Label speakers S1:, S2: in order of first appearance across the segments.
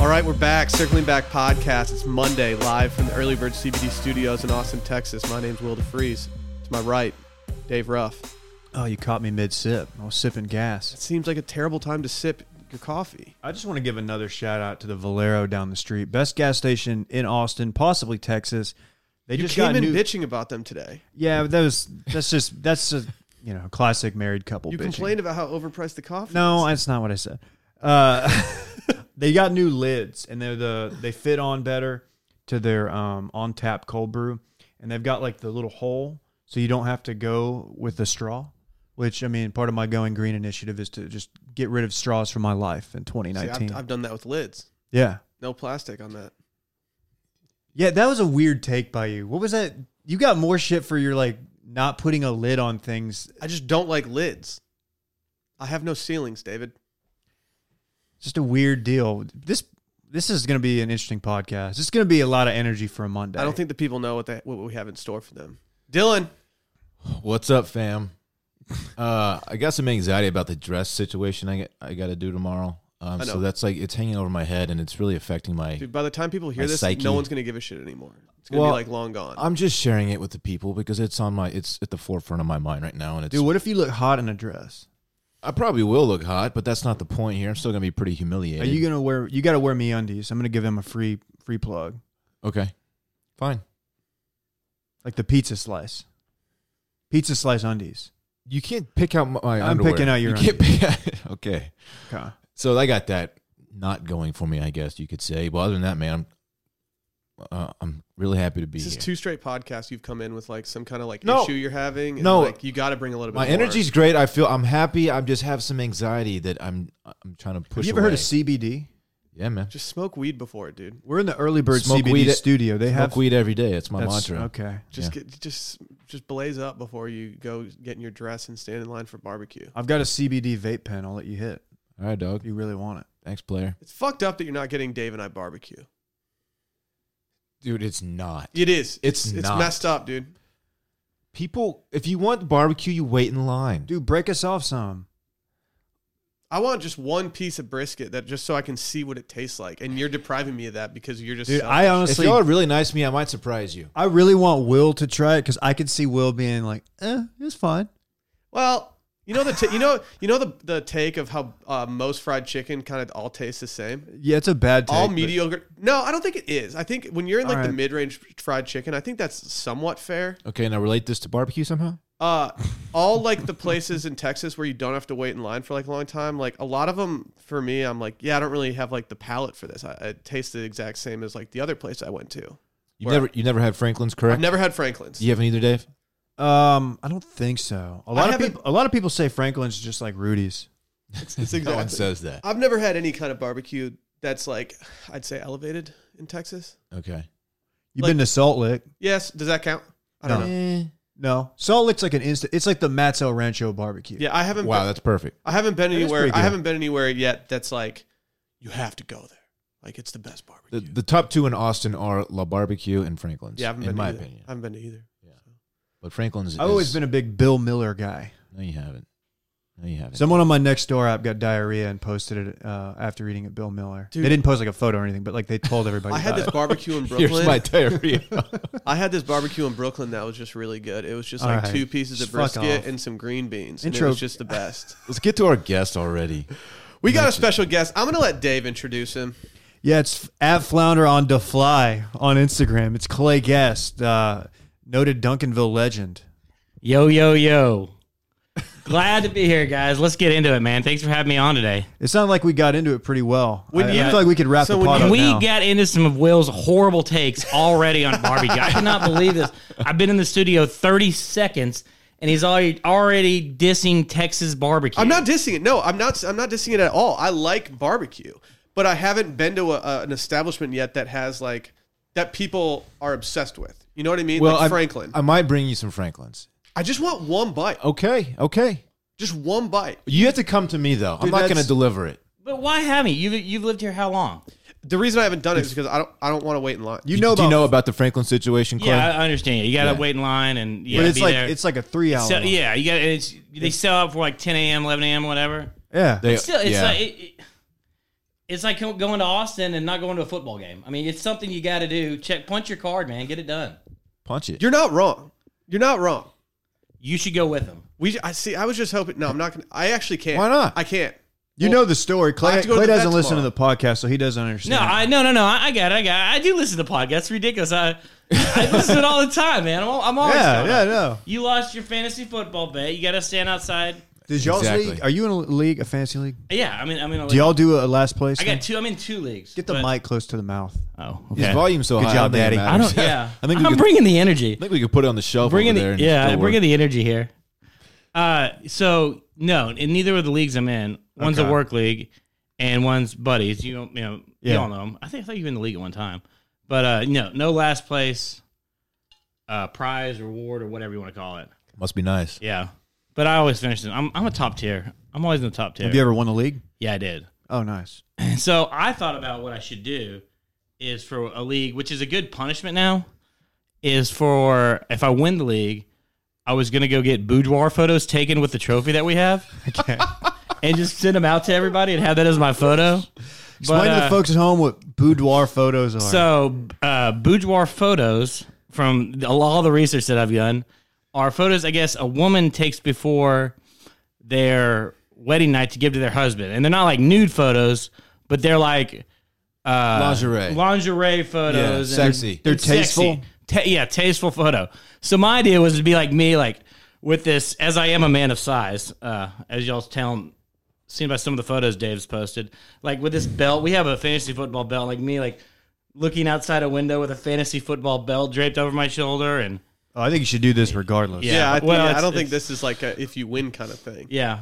S1: right, we're back. Circling Back Podcast. It's Monday, live from the Early Bird CBD Studios in Austin, Texas. My name's Will DeFries. To my right, Dave Ruff.
S2: Oh, you caught me mid sip. I was sipping
S1: It
S2: gas.
S1: seems like a terrible time to sip your coffee.
S2: I just want to give another shout out to the Valero down the street. Best gas station in Austin, possibly Texas. They
S1: You
S2: just
S1: came
S2: got
S1: in
S2: new.
S1: bitching about them today.
S2: yeah, but that was that's just that's a you know classic married couple.
S1: You
S2: bitching.
S1: complained about how overpriced the coffee.
S2: No, that's not what I said. Uh, they got new lids, and they're the they fit on better to their um, on tap cold brew, and they've got like the little hole, so you don't have to go with the straw. Which I mean, part of my going green initiative is to just get rid of straws from my life in
S1: is. See,
S2: 2019.
S1: I've, I've done that with lids.
S2: yeah,
S1: No plastic on that.
S2: yeah, that was a weird take by you. What was that? You got more shit for your like not putting a lid on things.
S1: I just don't like lids. I have no ceilings, David.
S2: Just a weird deal. This this is going to be an interesting podcast. It's going to be a lot of energy for a Monday.
S1: I don't think the people know what, they, what we have in store for them. Dylan,
S3: What's up, fam? Uh, I got some anxiety about the dress situation I, I got to do tomorrow. Um,
S1: I know.
S3: so that's like it's hanging over my head and it's really affecting my.
S1: dude, by the time people hear
S3: My
S1: this,
S3: psyche.
S1: no one's going to give a shit anymore. It's going to
S3: Well,
S1: be like long gone.
S3: I'm just sharing it with the people because it's on my it's at the forefront of my mind right now, and it's.
S2: Dude, what if you look hot in a dress?
S3: I probably will look hot, but that's not the point here. I'm still gonna be pretty humiliated.
S2: Are you gonna wear? You gotta wear me undies. I'm gonna give him a free free plug,
S3: okay? Fine.
S2: like the pizza slice, pizza slice undies.
S3: You can't pick out my. my
S2: I'm
S3: underwear.
S2: picking out your
S3: You can't pick. okay.
S2: Okay.
S3: So I got that not going for me, I guess you could say. But other than that, man, I'm uh, I'm really happy to be
S1: This
S3: here.
S1: is two straight podcasts you've come in with like some kind of like
S3: No.
S1: issue you're having. And
S3: No.
S1: like you got to bring a little bit.
S3: My
S1: more.
S3: energy's great. I feel I'm happy. I just have some anxiety that I'm I'm trying to
S2: Have
S3: push.
S2: you ever heard
S3: away.
S2: of CBD?
S3: Yeah, man.
S1: Just smoke weed before it, dude.
S2: We're in the early bird
S3: Smoke
S2: CBD
S3: weed at-
S2: studio. They
S3: Smoke
S2: have
S3: weed every day. It's my
S2: that's-
S3: mantra.
S2: Okay.
S1: Just get just just blaze up before you go get in your dress and stand in line for barbecue.
S2: I've got a CBD vape pen. I'll let you hit
S3: All right,
S2: if
S3: dog.
S2: you really want it.
S3: Thanks, player.
S1: It's fucked up that you're not getting Dave and I barbecue.
S3: Dude, it's not.
S1: It is.
S3: It's
S1: it's
S3: not.
S1: messed up, dude.
S3: People, if you want barbecue, you wait in line.
S2: Dude, break us off some.
S1: I want just one piece of brisket that just so I can see what it tastes like, and you're depriving me of that because you're just.
S2: Dude,
S1: selfish.
S2: I
S3: if
S2: honestly,
S3: y'all are really nice to me, I might surprise you.
S2: I really want Will to try it because I could see Will being like, "Eh, it's fine."
S1: well, you know the t- you know you know the the take of how uh, most fried chicken kind of all tastes the same.
S2: Yeah, it's a bad. Take,
S1: all
S2: but-
S1: mediocre. No, I don't think it is. I think when you're in like
S2: All
S1: the
S2: right.
S1: mid-range fried chicken, I think that's somewhat fair.
S3: Okay, now relate this to barbecue somehow.
S1: Uh, all like the places in Texas where you don't have to wait in line for like a long time. Like a lot of them for me, I'm like, yeah, I don't really have like the palate for this. I, it tastes the exact same as like the other place I went to.
S3: You
S1: Where-
S3: never, you never had Franklin's, correct?
S1: I've never had Franklin's.
S3: you haven't either, Dave.
S2: Um, I don't think so. A lot of
S1: haven't-
S2: people, a lot of people say Franklin's just like Rudy's.
S1: It's, it's
S3: No one
S1: exactly.
S3: says that.
S1: I've never had any kind of barbecue that's like I'd say elevated in Texas.
S3: Okay.
S2: You've
S1: Like-
S2: been to Salt Lick?
S1: Yes, does that count? I don't
S2: No.
S1: know.
S3: Eh.
S2: No, Salt Lick's like an instant. It's like the Matt's El Rancho barbecue.
S1: Yeah, I haven't.
S3: Wow,
S1: been-
S3: that's perfect.
S1: I haven't been
S2: That is
S1: anywhere.
S2: pretty
S1: I
S2: good.
S1: haven't been anywhere yet. That's like, you have to go there. Like it's the best barbecue.
S3: The, the top two in Austin are La Barbecue and Franklin's.
S1: yeah, I haven't
S3: in
S1: been
S3: my
S1: to either.
S3: opinion.
S1: I haven't been to either.
S3: But Franklin's.
S2: I've always
S3: is-
S2: been a big Bill Miller guy.
S3: No, you haven't. No, you haven't.
S2: Someone on my next door app got diarrhea and posted it uh, after eating at Bill Miller.
S1: Dude.
S2: They didn't post like a photo or anything, but like they told everybody.
S1: I had
S2: about
S1: this
S2: it.
S1: barbecue in
S3: Here's my
S1: Brooklyn.
S3: diarrhea.
S1: I had this barbecue in Brooklyn that was just really good. It was just
S2: All
S1: like
S2: right.
S1: two pieces of
S2: Just fuck
S1: brisket
S2: off.
S1: and some green beans. And it
S2: Intro-
S1: was just the best.
S3: Let's get to our guest already.
S1: We got a special guest. I'm gonna let Dave introduce him.
S2: Yeah, it's at Flounder on the Fly on Instagram. It's Clay Guest, uh, noted Duncanville legend.
S4: Yo, yo, yo. Glad to be here, guys. Let's get into it, man. Thanks for having me on today.
S2: It sounded like we got into it pretty well.
S1: When
S2: I,
S1: you-
S2: I feel like we could wrap
S1: so
S2: the
S1: when
S2: pod
S1: you-
S2: up
S4: we
S2: now.
S4: got into some of Will's horrible takes already on barbecue. I cannot believe this. I've been in the studio 30 seconds and he's already already dissing Texas barbecue.
S1: I'm not dissing it. No, I'm not. I'm not dissing it at all. I like barbecue, but I haven't been to a, a, an establishment yet that has like that people are obsessed with. You know what I mean? like
S3: I-
S1: Franklin.
S3: I might bring you some Franklins.
S1: I just want one bite.
S3: Okay, okay.
S1: Just one bite.
S3: You have to come to me though. I'm
S2: Dude,
S3: not going
S2: that's-
S3: to deliver it.
S4: But why haven't you? You've, you've lived here how long?
S1: The reason I haven't done it is because I don't. I don't want to wait in line.
S2: you know
S3: Do
S2: about,
S3: you know about the Franklin situation, Clay?
S4: Yeah, I I understand. You got to
S3: Yeah.
S4: wait in line and yeah,
S2: but it's
S4: be
S2: like
S4: there.
S2: it's like a three hour.
S4: So- yeah, you got it's they sell out for like 10 a.m., 11 a.m., whatever.
S2: yeah.
S3: They-
S4: Still, it's
S3: yeah.
S4: like it, it- it's like going to Austin and not going to a football game. I mean, it's something you got to do. Check, punch your card, man. Get it done.
S3: Punch it.
S1: You're not wrong. You're not wrong.
S4: You should go with them.
S1: We I see. I was just hoping. No, I'm not gonna. I actually can't.
S3: Why not?
S1: I can't.
S2: You know the story.
S1: I
S2: Clay,
S1: have to go to
S2: Clay
S1: the vet
S2: doesn't listen to
S1: tomorrow.
S2: the podcast, so he doesn't understand.
S4: No, I no no no. I, I got it. I got. It. I do listen to podcasts. It's ridiculous. I I listen to it all the time, man. I'm, al- I'm always.
S2: yeah,
S4: caught
S2: yeah,
S4: up.
S2: no.
S4: You lost your fantasy football bet. You got to stand outside.
S2: Does y'all's
S3: Exactly.
S2: league? Are you in a league, a fantasy league?
S4: Yeah, I mean, I'm in a
S2: Do
S4: league.
S2: y'all do a last place?
S4: I
S2: thing?
S4: got two. I'm in two leagues.
S2: Get the
S4: but-
S2: mic close to the mouth.
S4: Oh,
S3: His
S4: okay.
S3: volume's so
S2: Good
S3: high.
S2: job,
S3: I don't think
S2: Daddy.
S3: it
S4: I
S3: matters.
S4: don't. Yeah,
S3: I think we
S4: I'm
S3: could-
S4: bringing the energy.
S3: I think we could put it on the shelf
S4: Bringing
S3: over
S4: the
S3: there. and
S4: yeah,
S3: still
S4: bringing
S3: work.
S4: the energy here. Uh, so no, in neither of the leagues I'm in, one's
S2: Okay.
S4: a work league, and one's buddies. You don't, you know,
S2: Yeah.
S4: you all know them. I think I thought you were in the league at one time, but uh, no, no last place, uh, prize, reward, or whatever you want to call it.
S3: Must be nice.
S4: Yeah, but I always finish it. I'm I'm a top tier. I'm always in the top tier.
S2: Have you ever won a league?
S4: yeah, I did.
S2: Oh, nice.
S4: And so I thought about what I should do is for a league, which is a good punishment now, is for if I win the league, I was gonna go get boudoir photos taken with the trophy that we have, and just send them out to everybody and have that as my photo.
S2: Explain to
S4: uh,
S2: the folks at home what boudoir photos are.
S4: So uh, boudoir photos from the- all the research that I've done are photos I guess a woman takes before their wedding night to give to their husband, and they're not like nude photos, but they're like uh,
S3: Lingerie.
S4: lingerie photos,
S3: Yeah,
S4: and-
S3: sexy.
S2: They're
S4: and sexy.
S2: tasteful?
S4: Ta- yeah, tasteful photo. So my idea was to be like me, like with this, as I am a man of size, uh, as y'all's telling. Seen by some of the photos Dave's posted, like with this belt, we have a fantasy football belt, like me, like looking outside a window with a fantasy football belt draped over my shoulder, and
S2: oh, I think you should do this regardless.
S1: Yeah, I,
S4: well,
S1: yeah, I
S4: it's-
S1: don't think
S4: it's-
S1: this is like a if you win kind of thing.
S4: yeah,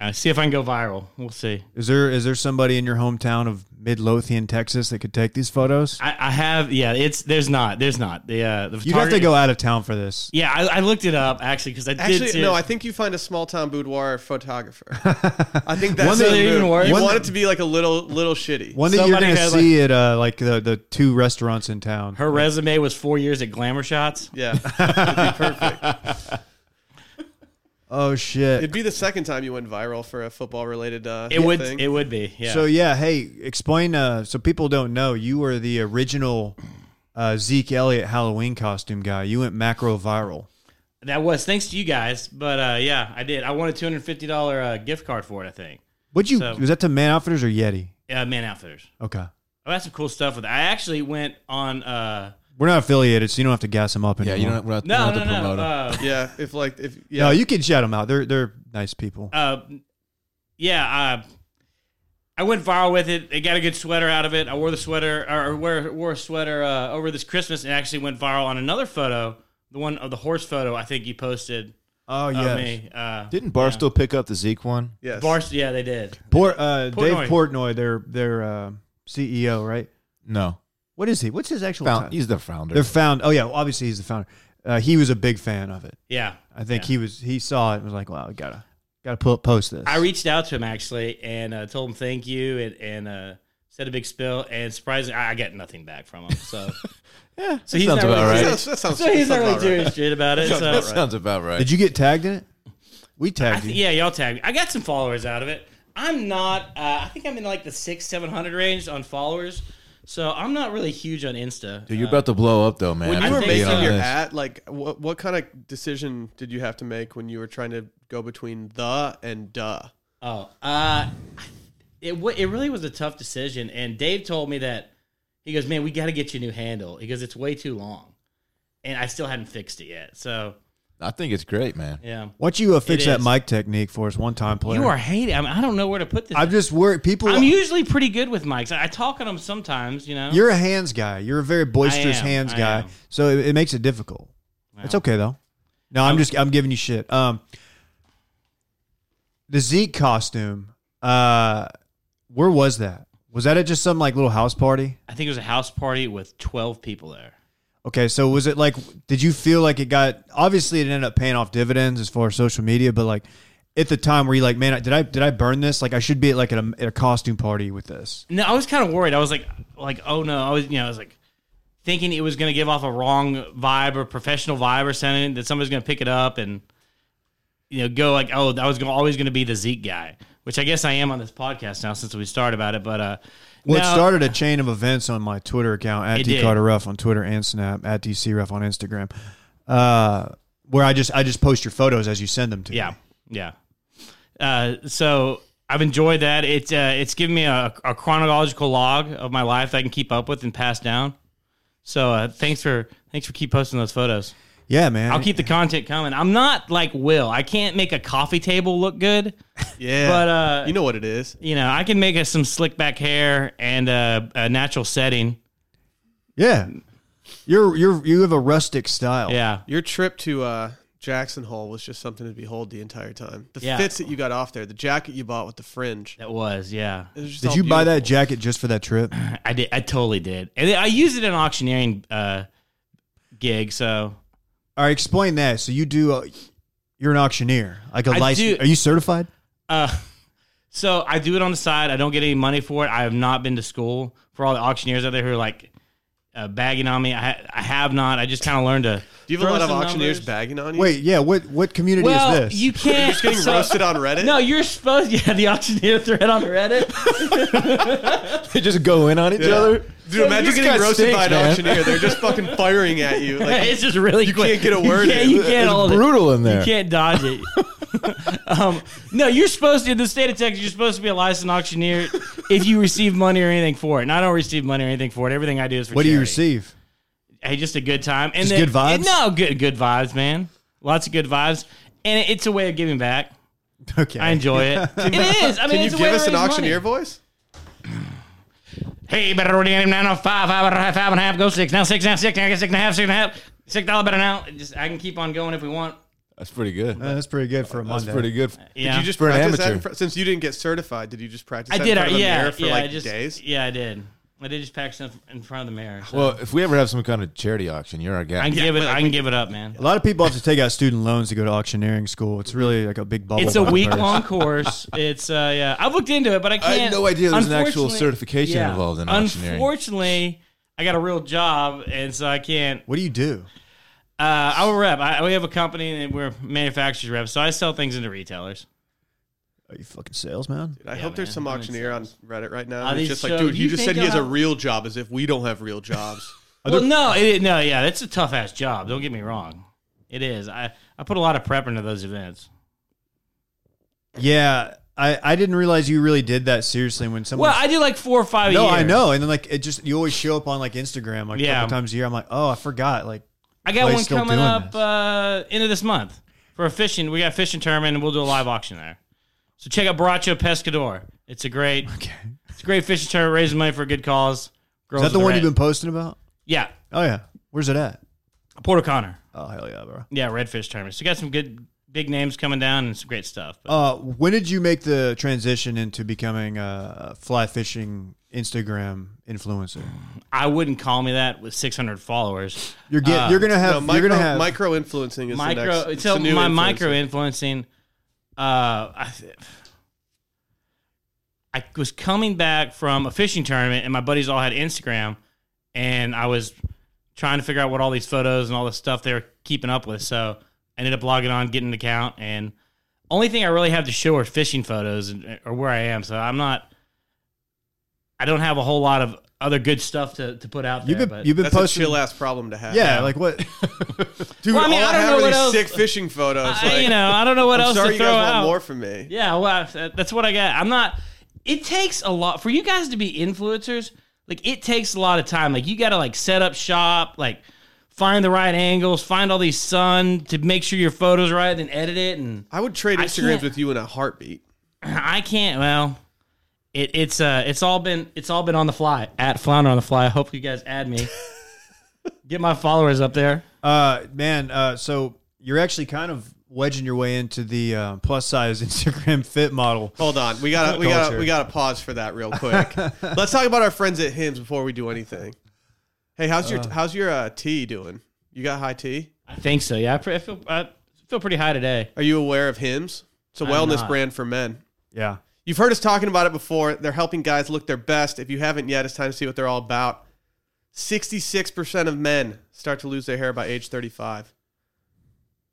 S4: uh, see if I can go viral. We'll see.
S2: Is there is there somebody in your hometown of Midlothian, Texas, that could take these photos?
S4: I, I have, yeah. It's there's not, there's not the uh, the.
S2: You'd have to
S4: photography-
S2: go out of town for this.
S4: Yeah, I, I looked it up actually because I did.
S1: Actually,
S4: see
S1: no.
S4: it.
S1: I think you find a small town boudoir photographer. I think that's
S2: One
S1: the
S2: that-
S1: move.
S4: even worse.
S1: You
S4: One
S1: want
S4: that-
S1: it to be like a little little shitty.
S2: One that you're
S4: Somebody
S2: going to
S4: had, like-
S2: see at uh, like the, the two restaurants in town.
S4: her resume was four years at Glamour Shots.
S1: Yeah, it'd be perfect.
S2: oh shit!
S1: It'd be the second time you went viral for a football related. Uh,
S4: It would,
S1: thing.
S4: it would be. Yeah.
S2: So yeah, hey, explain. Uh, so people don't know you were the original uh, Zeke Elliott Halloween costume guy. You went macro viral.
S4: that was thanks to you guys, but uh, yeah, I did. I won a two hundred fifty dollar uh, gift card for it. I think.
S2: Would you?
S4: So-
S2: was that to Man Outfitters or Yeti?
S4: Uh, Man Outfitters.
S2: Okay,
S4: I had some cool stuff with it. I actually went on. Uh,
S2: we're not affiliated, so you don't have to gas them up
S3: Yeah,
S2: anymore.
S3: you don't have, we don't
S4: no,
S3: have
S4: no,
S3: to
S4: no.
S3: promote them.
S4: Uh,
S1: yeah, if like if yeah,
S2: No, you can shout them out. They're they're nice people.
S4: uh, yeah, uh, I went viral with it. They got a good sweater out of it. I wore the sweater or wore, wore a sweater uh, over this Christmas and actually went viral on another photo, the one of the horse photo I think you posted
S2: Oh
S4: of
S2: yes.
S4: me. Uh,
S3: Didn't Barstool pick up the Zeke one?
S1: yes.
S4: Barst- yeah, they did.
S2: Port, uh,
S4: Portnoy.
S2: Dave Portnoy, their their uh, CEO, right?
S3: No,
S2: What is he? What's his actual?
S3: Found,
S2: title?
S3: he's the founder.
S2: They're found. Oh yeah, well, obviously he's the founder. Uh, he was a big fan of it.
S4: Yeah,
S2: I think he was. He saw it and was like, "Wow, we gotta gotta pull, post this."
S4: I reached out to him actually and uh, told him thank you and, and uh, said a big spill. And surprisingly, I, I got nothing back from him. So yeah, so he's
S3: sounds
S4: not
S3: about
S4: really
S3: right.
S1: That
S4: doing-
S1: sounds, that sounds,
S4: So he's
S1: that sounds
S4: not really
S1: about right.
S4: doing shit about it. So.
S3: that sounds about right.
S2: Did you get tagged in it? We
S4: I
S2: tagged
S4: th-
S2: you.
S4: yeah, y'all tag me. I got some followers out of it. I'm not. Uh, I think I'm in like the six, seven hundred range on followers. So I'm not really huge on Insta.
S3: Dude, you're about to blow up though, man.
S1: When
S3: I
S1: you were
S3: can be
S1: making your
S3: honest.
S1: hat, like what what kind of decision did you have to make when you were trying to go between the and duh?
S4: Oh, uh, it w- it really was a tough decision. And Dave told me that he goes, "Man, we got to get you a new handle." He goes, "It's way too long," and I still hadn't fixed it yet. So
S3: I think it's great, man.
S4: yeah,
S2: Why don't you uh, fix
S4: It
S2: that
S4: is.
S2: mic technique for us one time, player?
S4: you are hating. I, mean, I don't know where to put this.
S2: I'm
S4: I'm,
S2: just worried. People,
S4: usually pretty good with mics. I, I talk on them sometimes. You know.
S2: you're a hands guy. You're a very boisterous
S4: I am,
S2: hands
S4: I
S2: guy.
S4: am.
S2: So it, it makes it difficult. It's okay though. No, I'm just I'm giving you shit. Um, the Zeke costume. Uh, where was that? Was that at just some like little house party?
S4: I think it was a house party with twelve people there.
S2: Okay, so was it like? Did you feel like it got? Obviously, it ended up paying off dividends as far as social media, but like at the time, were you like, man, did I did I burn this? Like, I should be at like at a, at a costume party with this.
S4: No, I was kind of worried. I was like, like, oh no, I was, you know, I was like thinking it was going to give off a wrong vibe or professional vibe or something that somebody's going to pick it up and you know go like, oh, that was gonna, always going to be the Zeke guy. which I guess I am on this podcast now since we started about it. But uh,
S2: Well, it
S4: now-
S2: started a chain of events on my Twitter account at
S4: It did.
S2: dcarterruff on Twitter and Snap at dcruff on Instagram, uh, where I just I just post your photos as you send them to
S4: Yeah,
S2: me.
S4: yeah. Uh, so I've enjoyed that. It's uh, it's given me a, a chronological log of my life that I can keep up with and pass down. So uh, thanks for thanks for keep posting those photos.
S2: Yeah, man.
S4: I'll keep the content coming. I'm not like Will. I can't make a coffee table look good,
S1: Yeah.
S4: but uh,
S1: you know what it is.
S4: you know I can make us some slick back hair and uh, a natural setting.
S2: Yeah, you're you're you have a rustic style.
S4: Yeah,
S1: Your trip to uh, Jackson Hole was just something to behold the entire time. The
S4: Yeah.
S1: fits that you got off there, the jacket you bought with the fringe.
S4: that was yeah.
S1: It was just
S2: Did
S1: all
S2: you buy that
S1: beautiful.
S2: jacket just for that trip?
S4: I did. I totally did, and I used it in an auctioneering uh, gig. So
S2: All right, explain that. So you do. Uh, you're an auctioneer, like a
S4: I
S2: license.
S4: do-
S2: Are you certified?
S4: Uh, so I do it on the side. I don't get any money for it. I have not been to school. For all the auctioneers out there who are like uh, bagging on me, I, ha- I have not. I just kind of learned to.
S1: Do you have a
S4: throw
S1: lot of
S4: some
S1: auctioneers
S4: numbers.
S1: bagging on you?
S2: Wait, yeah. What what community
S4: Well,
S2: is this?
S4: you can't.
S1: Just getting
S4: so-
S1: roasted on Reddit?
S4: No, you're supposed. Yeah, the auctioneer thread on Reddit.
S3: they just go in on each
S1: Yeah.
S3: other.
S1: Dude, imagine
S3: This guy
S1: getting roasted
S3: stinks,
S1: by an
S3: man.
S1: auctioneer. They're just fucking firing at you. Like,
S4: it's just really
S1: you can't
S4: quick.
S1: get a word
S4: You can't,
S1: in.
S4: you can't
S3: It's
S4: hold it.
S3: brutal in there.
S4: You can't dodge it. um, no, you're supposed to in the state of Texas. You're supposed to be a licensed auctioneer if you receive money or anything for it. And I don't receive money or anything for it. Everything I do is for
S2: what do you
S4: charity.
S2: receive?
S4: hey, just a good time and
S2: Just
S4: then-
S2: good vibes?
S4: and no, good good vibes, man. Lots of good vibes, and it, it's a way of giving back.
S2: Okay.
S4: I enjoy it. it is. I mean,
S1: Can you
S4: it's a way
S1: give
S4: to
S1: us an
S4: raise
S1: auctioneer
S4: Money.
S1: voice?
S4: Hey, better already nine oh five, five and a half, five and a half, go six now, six now, six now, get six and a half, six and a half, six dollar better now. It Just I can keep on going if we want.
S3: That's pretty good.
S2: Uh, that's pretty good for a
S3: That's
S2: Monday.
S3: pretty good.
S4: Yeah,
S1: Did you just
S3: For an
S1: practice that?
S3: amateur.
S1: in fr- since you didn't get certified, did you just practice
S4: I
S1: that
S4: did.
S1: in
S4: I,
S1: front of a
S4: yeah,
S1: mirror for
S4: yeah. I
S1: like
S4: just
S1: days?
S4: yeah, I did. I did just practice in- in front of the mirror. so.
S3: Well, if we ever have some kind of charity auction, you're our guy.
S4: I can
S1: yeah,
S4: give it.
S1: but, like,
S4: I can give it up, man.
S2: A lot of people have to take out student loans to go to auctioneering school. It's really like a big bubble.
S4: It's a
S2: pop
S4: week
S2: first.
S4: long course. It's uh yeah. I've looked into it, but I
S3: I
S4: can't.
S3: had no idea there was an actual
S4: unfortunately-
S3: certification involved in auctioneering.
S4: Unfortunately, I got a real job, and so I can't.
S2: What do you do?
S4: Uh, I'm a rep. I, we have a company, and we're manufacturers reps, so I sell things into retailers.
S2: Are you fucking salesman?
S1: I hope there's
S4: man.
S1: some
S4: I'm in
S1: auctioneer on Reddit right now.
S4: Are
S1: who's
S4: these
S1: just
S4: so-
S1: like, dude,
S4: do
S1: you
S4: Uh, you
S1: just
S4: think
S1: said he has a
S4: I'll-
S1: real job as if we don't have real jobs.
S4: Well, no, it, no, yeah, that's a tough ass job. Don't get me wrong, it is. I, I put a lot of prep into those events.
S2: Yeah, I, I didn't realize you really did that seriously when someone.
S4: Well, I do like four or five. a
S2: no,
S4: year.
S2: I know, and then like it just you always show up on like Instagram like a
S4: Yeah.
S2: couple times a year. I'm like, oh, I forgot. Like,
S4: I got
S2: Clay's
S4: one
S2: still
S4: coming
S2: doing
S4: up
S2: this.
S4: uh, end of this month for a fishing. We got a fishing tournament, and we'll do a live auction there. So check out Baracho Pescador. It's a great,
S2: okay.
S4: it's a great fishing tournament. Raises money for a good cause. Girls
S2: is that the
S4: with
S2: one
S4: red-
S2: you've been posting about?
S4: Yeah,
S2: Oh yeah, where's it at?
S4: Port O'Connor.
S2: Oh hell yeah, bro.
S4: Yeah, Redfish tournament. So you got some good big names coming down and some great stuff. But
S2: Uh, when did you make the transition into becoming a fly fishing Instagram influencer?
S4: I wouldn't call me that with 600 followers.
S2: You're get, you're gonna have
S1: No, micro,
S2: you're gonna have
S1: micro influencing is the next.
S4: Micro.
S1: it's
S4: So
S1: the new
S4: my
S1: influencer.
S4: micro influencing. Uh, I, th- I was coming back from a fishing tournament, and my buddies all had Instagram, and I was trying to figure out what all these photos and all this stuff they were keeping up with. So I ended up logging on, getting an account, and only thing I really have to show are fishing photos and, uh, or where I am. So I'm not. I don't have a whole lot of other good stuff to, to put out there.
S2: you've been
S4: but
S2: you've been
S1: That's
S2: posting
S1: a chill ass problem to have.
S2: yeah, like what
S1: dude,
S4: Well, I mean,
S1: all
S4: I don't
S1: have
S4: know
S1: are
S4: what
S1: these
S4: else-
S1: sick fishing photos.
S4: I,
S1: like,
S4: you know, I don't know what
S1: I'm
S4: else
S1: sorry
S4: to
S1: you
S4: throw
S1: guys
S4: out.
S1: want more from me.
S4: Yeah, well, that- that's what I got. I'm not. It takes a lot for you guys to be influencers. Like it takes a lot of time. Like you got to like set up shop, like find the right angles, find all these sun to make sure your photos right, then edit it. And
S1: I would trade
S4: I
S1: Instagrams
S4: can't-
S1: with you in a heartbeat.
S4: I can't. Well, it, it's uh, it's all been it's all been on the fly at Flounder on the fly. I hope you guys add me. Get my followers up there.
S2: Uh, man. Uh, so you're actually kind of wedging your way into the uh, plus size Instagram fit model.
S1: Hold on, we gotta we gotta
S2: Culture.
S1: we gotta pause for that real quick. Let's talk about our friends at Hims before we do anything. Hey, how's your how's your uh, tea doing? You got high tea?
S4: I think so. Yeah, I, pre- I feel I feel pretty high today.
S1: Are you aware of Hims? It's a
S4: I'm
S1: wellness
S4: not.
S1: brand for men.
S2: Yeah.
S1: You've heard us talking about it before. They're helping guys look their best. If you haven't yet, it's time to see what they're all about. 66% of men start to lose their hair by age 35.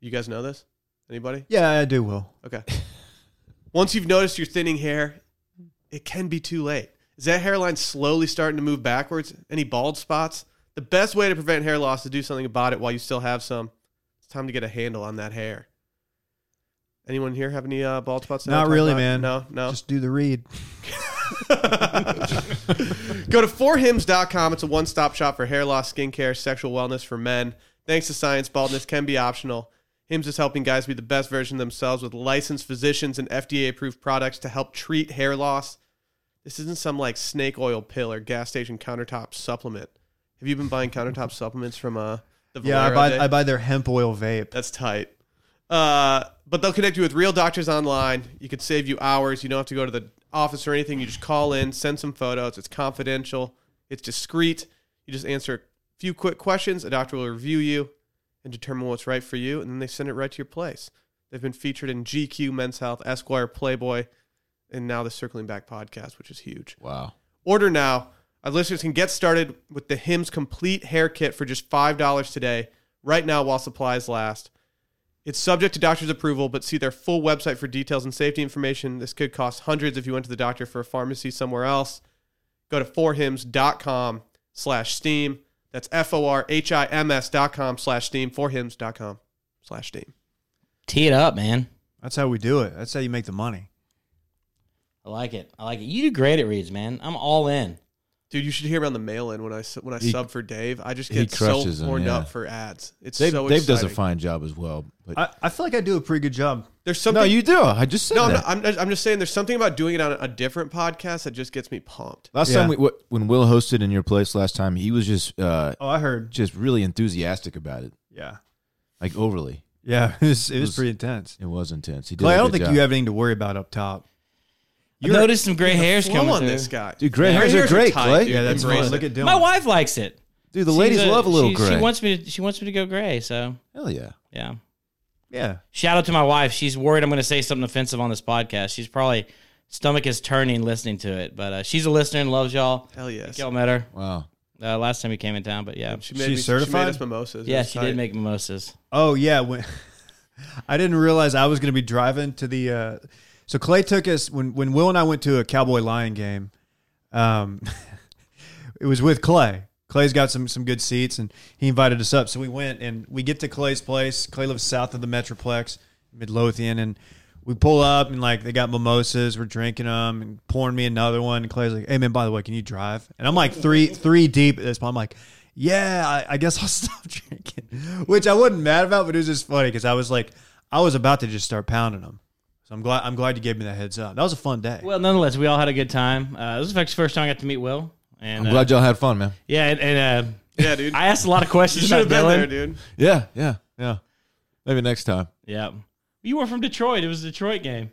S1: You guys know this? Anybody?
S2: Yeah, I do. Will
S1: Okay. Once you've noticed your thinning hair, it can be too late. Is that hairline slowly starting to move backwards? Any bald spots? The best way to prevent hair loss is to do something about it while you still have some. It's time to get a handle on that hair. Anyone here have any uh, bald spots? that I
S2: Not
S1: talked
S2: really,
S1: about?
S2: man.
S1: No, no.
S2: Just do the read.
S1: Go to forhims.com. It's a one stop shop for hair loss, skincare, sexual wellness for men. Thanks to science, baldness can be optional. Hims is helping guys be the best version of themselves with licensed physicians and FDA approved products to help treat hair loss. This isn't some like snake oil pill or gas station countertop supplement. Have you been buying countertop supplements from uh, the
S2: Yeah, I
S1: Valero
S2: buy
S1: day?
S2: I buy their hemp oil vape.
S1: That's tight. Uh, but they'll connect you with real doctors online. You could save you hours. You don't have to go to the office or anything. You just call in, send some photos. It's confidential. It's discreet. You just answer a few quick questions. A doctor will review you and determine what's right for you, and then they send it right to your place. They've been featured in GQ, Men's Health, Esquire, Playboy, and now the Circling Back podcast, which is huge.
S3: Wow.
S1: Order now. Our listeners can get started with the Hims Complete Hair Kit for just $5 today, right now while supplies last. It's subject to doctor's approval, but see their full website for details and safety information. This could cost hundreds if you went to the doctor for a pharmacy somewhere else. Go to forhims.com slash steam. That's F-O-R-H-I-M-S dot com slash steam, forhims.com slash steam.
S4: Tee it up, man.
S2: That's how we do it. That's how you make the money.
S4: I like it. I like it. You do great at reads, man. I'm all in.
S1: Dude, you should hear me on the mail in when I su- when I
S3: He-
S1: sub for Dave. I just
S3: he
S1: get so
S3: crushes 'em,
S1: horned
S3: yeah.
S1: up for ads. It's
S3: Dave,
S1: so
S3: Dave
S1: exciting.
S3: does a fine job as well. But
S2: I, I feel like I do a pretty good job.
S1: There's something
S3: no, you do. I just said
S1: No, I'm,
S3: that.
S1: not, I'm, just- I'm just saying there's something about doing it on a different podcast that just gets me pumped.
S3: last
S2: Yeah.
S3: time we wh- when Will hosted in your place last time, he was just uh,
S2: Oh, I heard.
S3: just really enthusiastic about it,
S2: Yeah,
S3: like overly.
S2: yeah. It was, it was
S3: was-
S2: pretty intense.
S3: It was intense. He did.
S2: Clay,
S3: a
S2: I don't
S3: good
S2: think
S3: job.
S2: you have anything to worry about up top.
S4: You noticed some gray hairs
S1: Flow
S4: coming
S1: on
S4: through.
S1: this guy.
S3: Dude, gray
S1: Your
S3: hairs are great,
S1: tight,
S3: Clay.
S1: dude.
S3: Yeah,
S2: that's
S1: Embrace
S2: fine.
S1: it.
S2: Look at Dylan.
S4: My wife likes it.
S3: Dude, the ladies
S4: She's
S3: love a little
S4: she,
S3: gray.
S4: She wants me. To, she wants me to go gray. So
S3: Hell yeah.
S4: yeah.
S2: Yeah,
S4: Shout out to my wife. She's worried I'm going to say something offensive on this podcast. She's probably stomach is turning listening to it, but uh, she's a listener and loves y'all.
S1: Hell yes.
S4: Y'all met her
S3: Wow.
S4: uh, last time you came in town, but yeah,
S1: She
S2: She's
S1: made me, She
S2: certified?
S1: made us mimosas. It
S4: yeah,
S1: was
S4: she
S1: tight.
S4: did make mimosas.
S2: Oh yeah, when I didn't realize I was going to be driving to the. Uh, so Clay took us when when Will and I went to a Cowboy Lion game. Um, it was with Clay. Clay's got some some good seats, and he invited us up. So we went, and we get to Clay's place. Clay lives south of the Metroplex, Midlothian, and we pull up, and like they got mimosas. We're drinking them, and pouring me another one. And Clay's like, "Hey man, by the way, can you drive?" And I'm like three three deep at this point. I'm like. Yeah, I, I guess I'll stop drinking, which I wasn't mad about, but it was just funny because I was like, I was about to just start pounding them. So I'm glad I'm glad you gave me that heads up. That was a fun day.
S4: Well, nonetheless, we all had a good time. Uh, this was actually the first time I got to meet Will, and
S3: I'm
S4: uh,
S3: glad y'all had fun, man.
S4: yeah, and, and uh,
S1: Yeah, dude.
S4: I asked a lot of
S1: you
S4: questions
S1: should have
S4: about
S1: been
S4: Dylan.
S1: there, dude.
S3: Yeah, yeah.
S2: yeah,
S3: Maybe next time.
S4: Yeah, you were from Detroit. It was a Detroit game.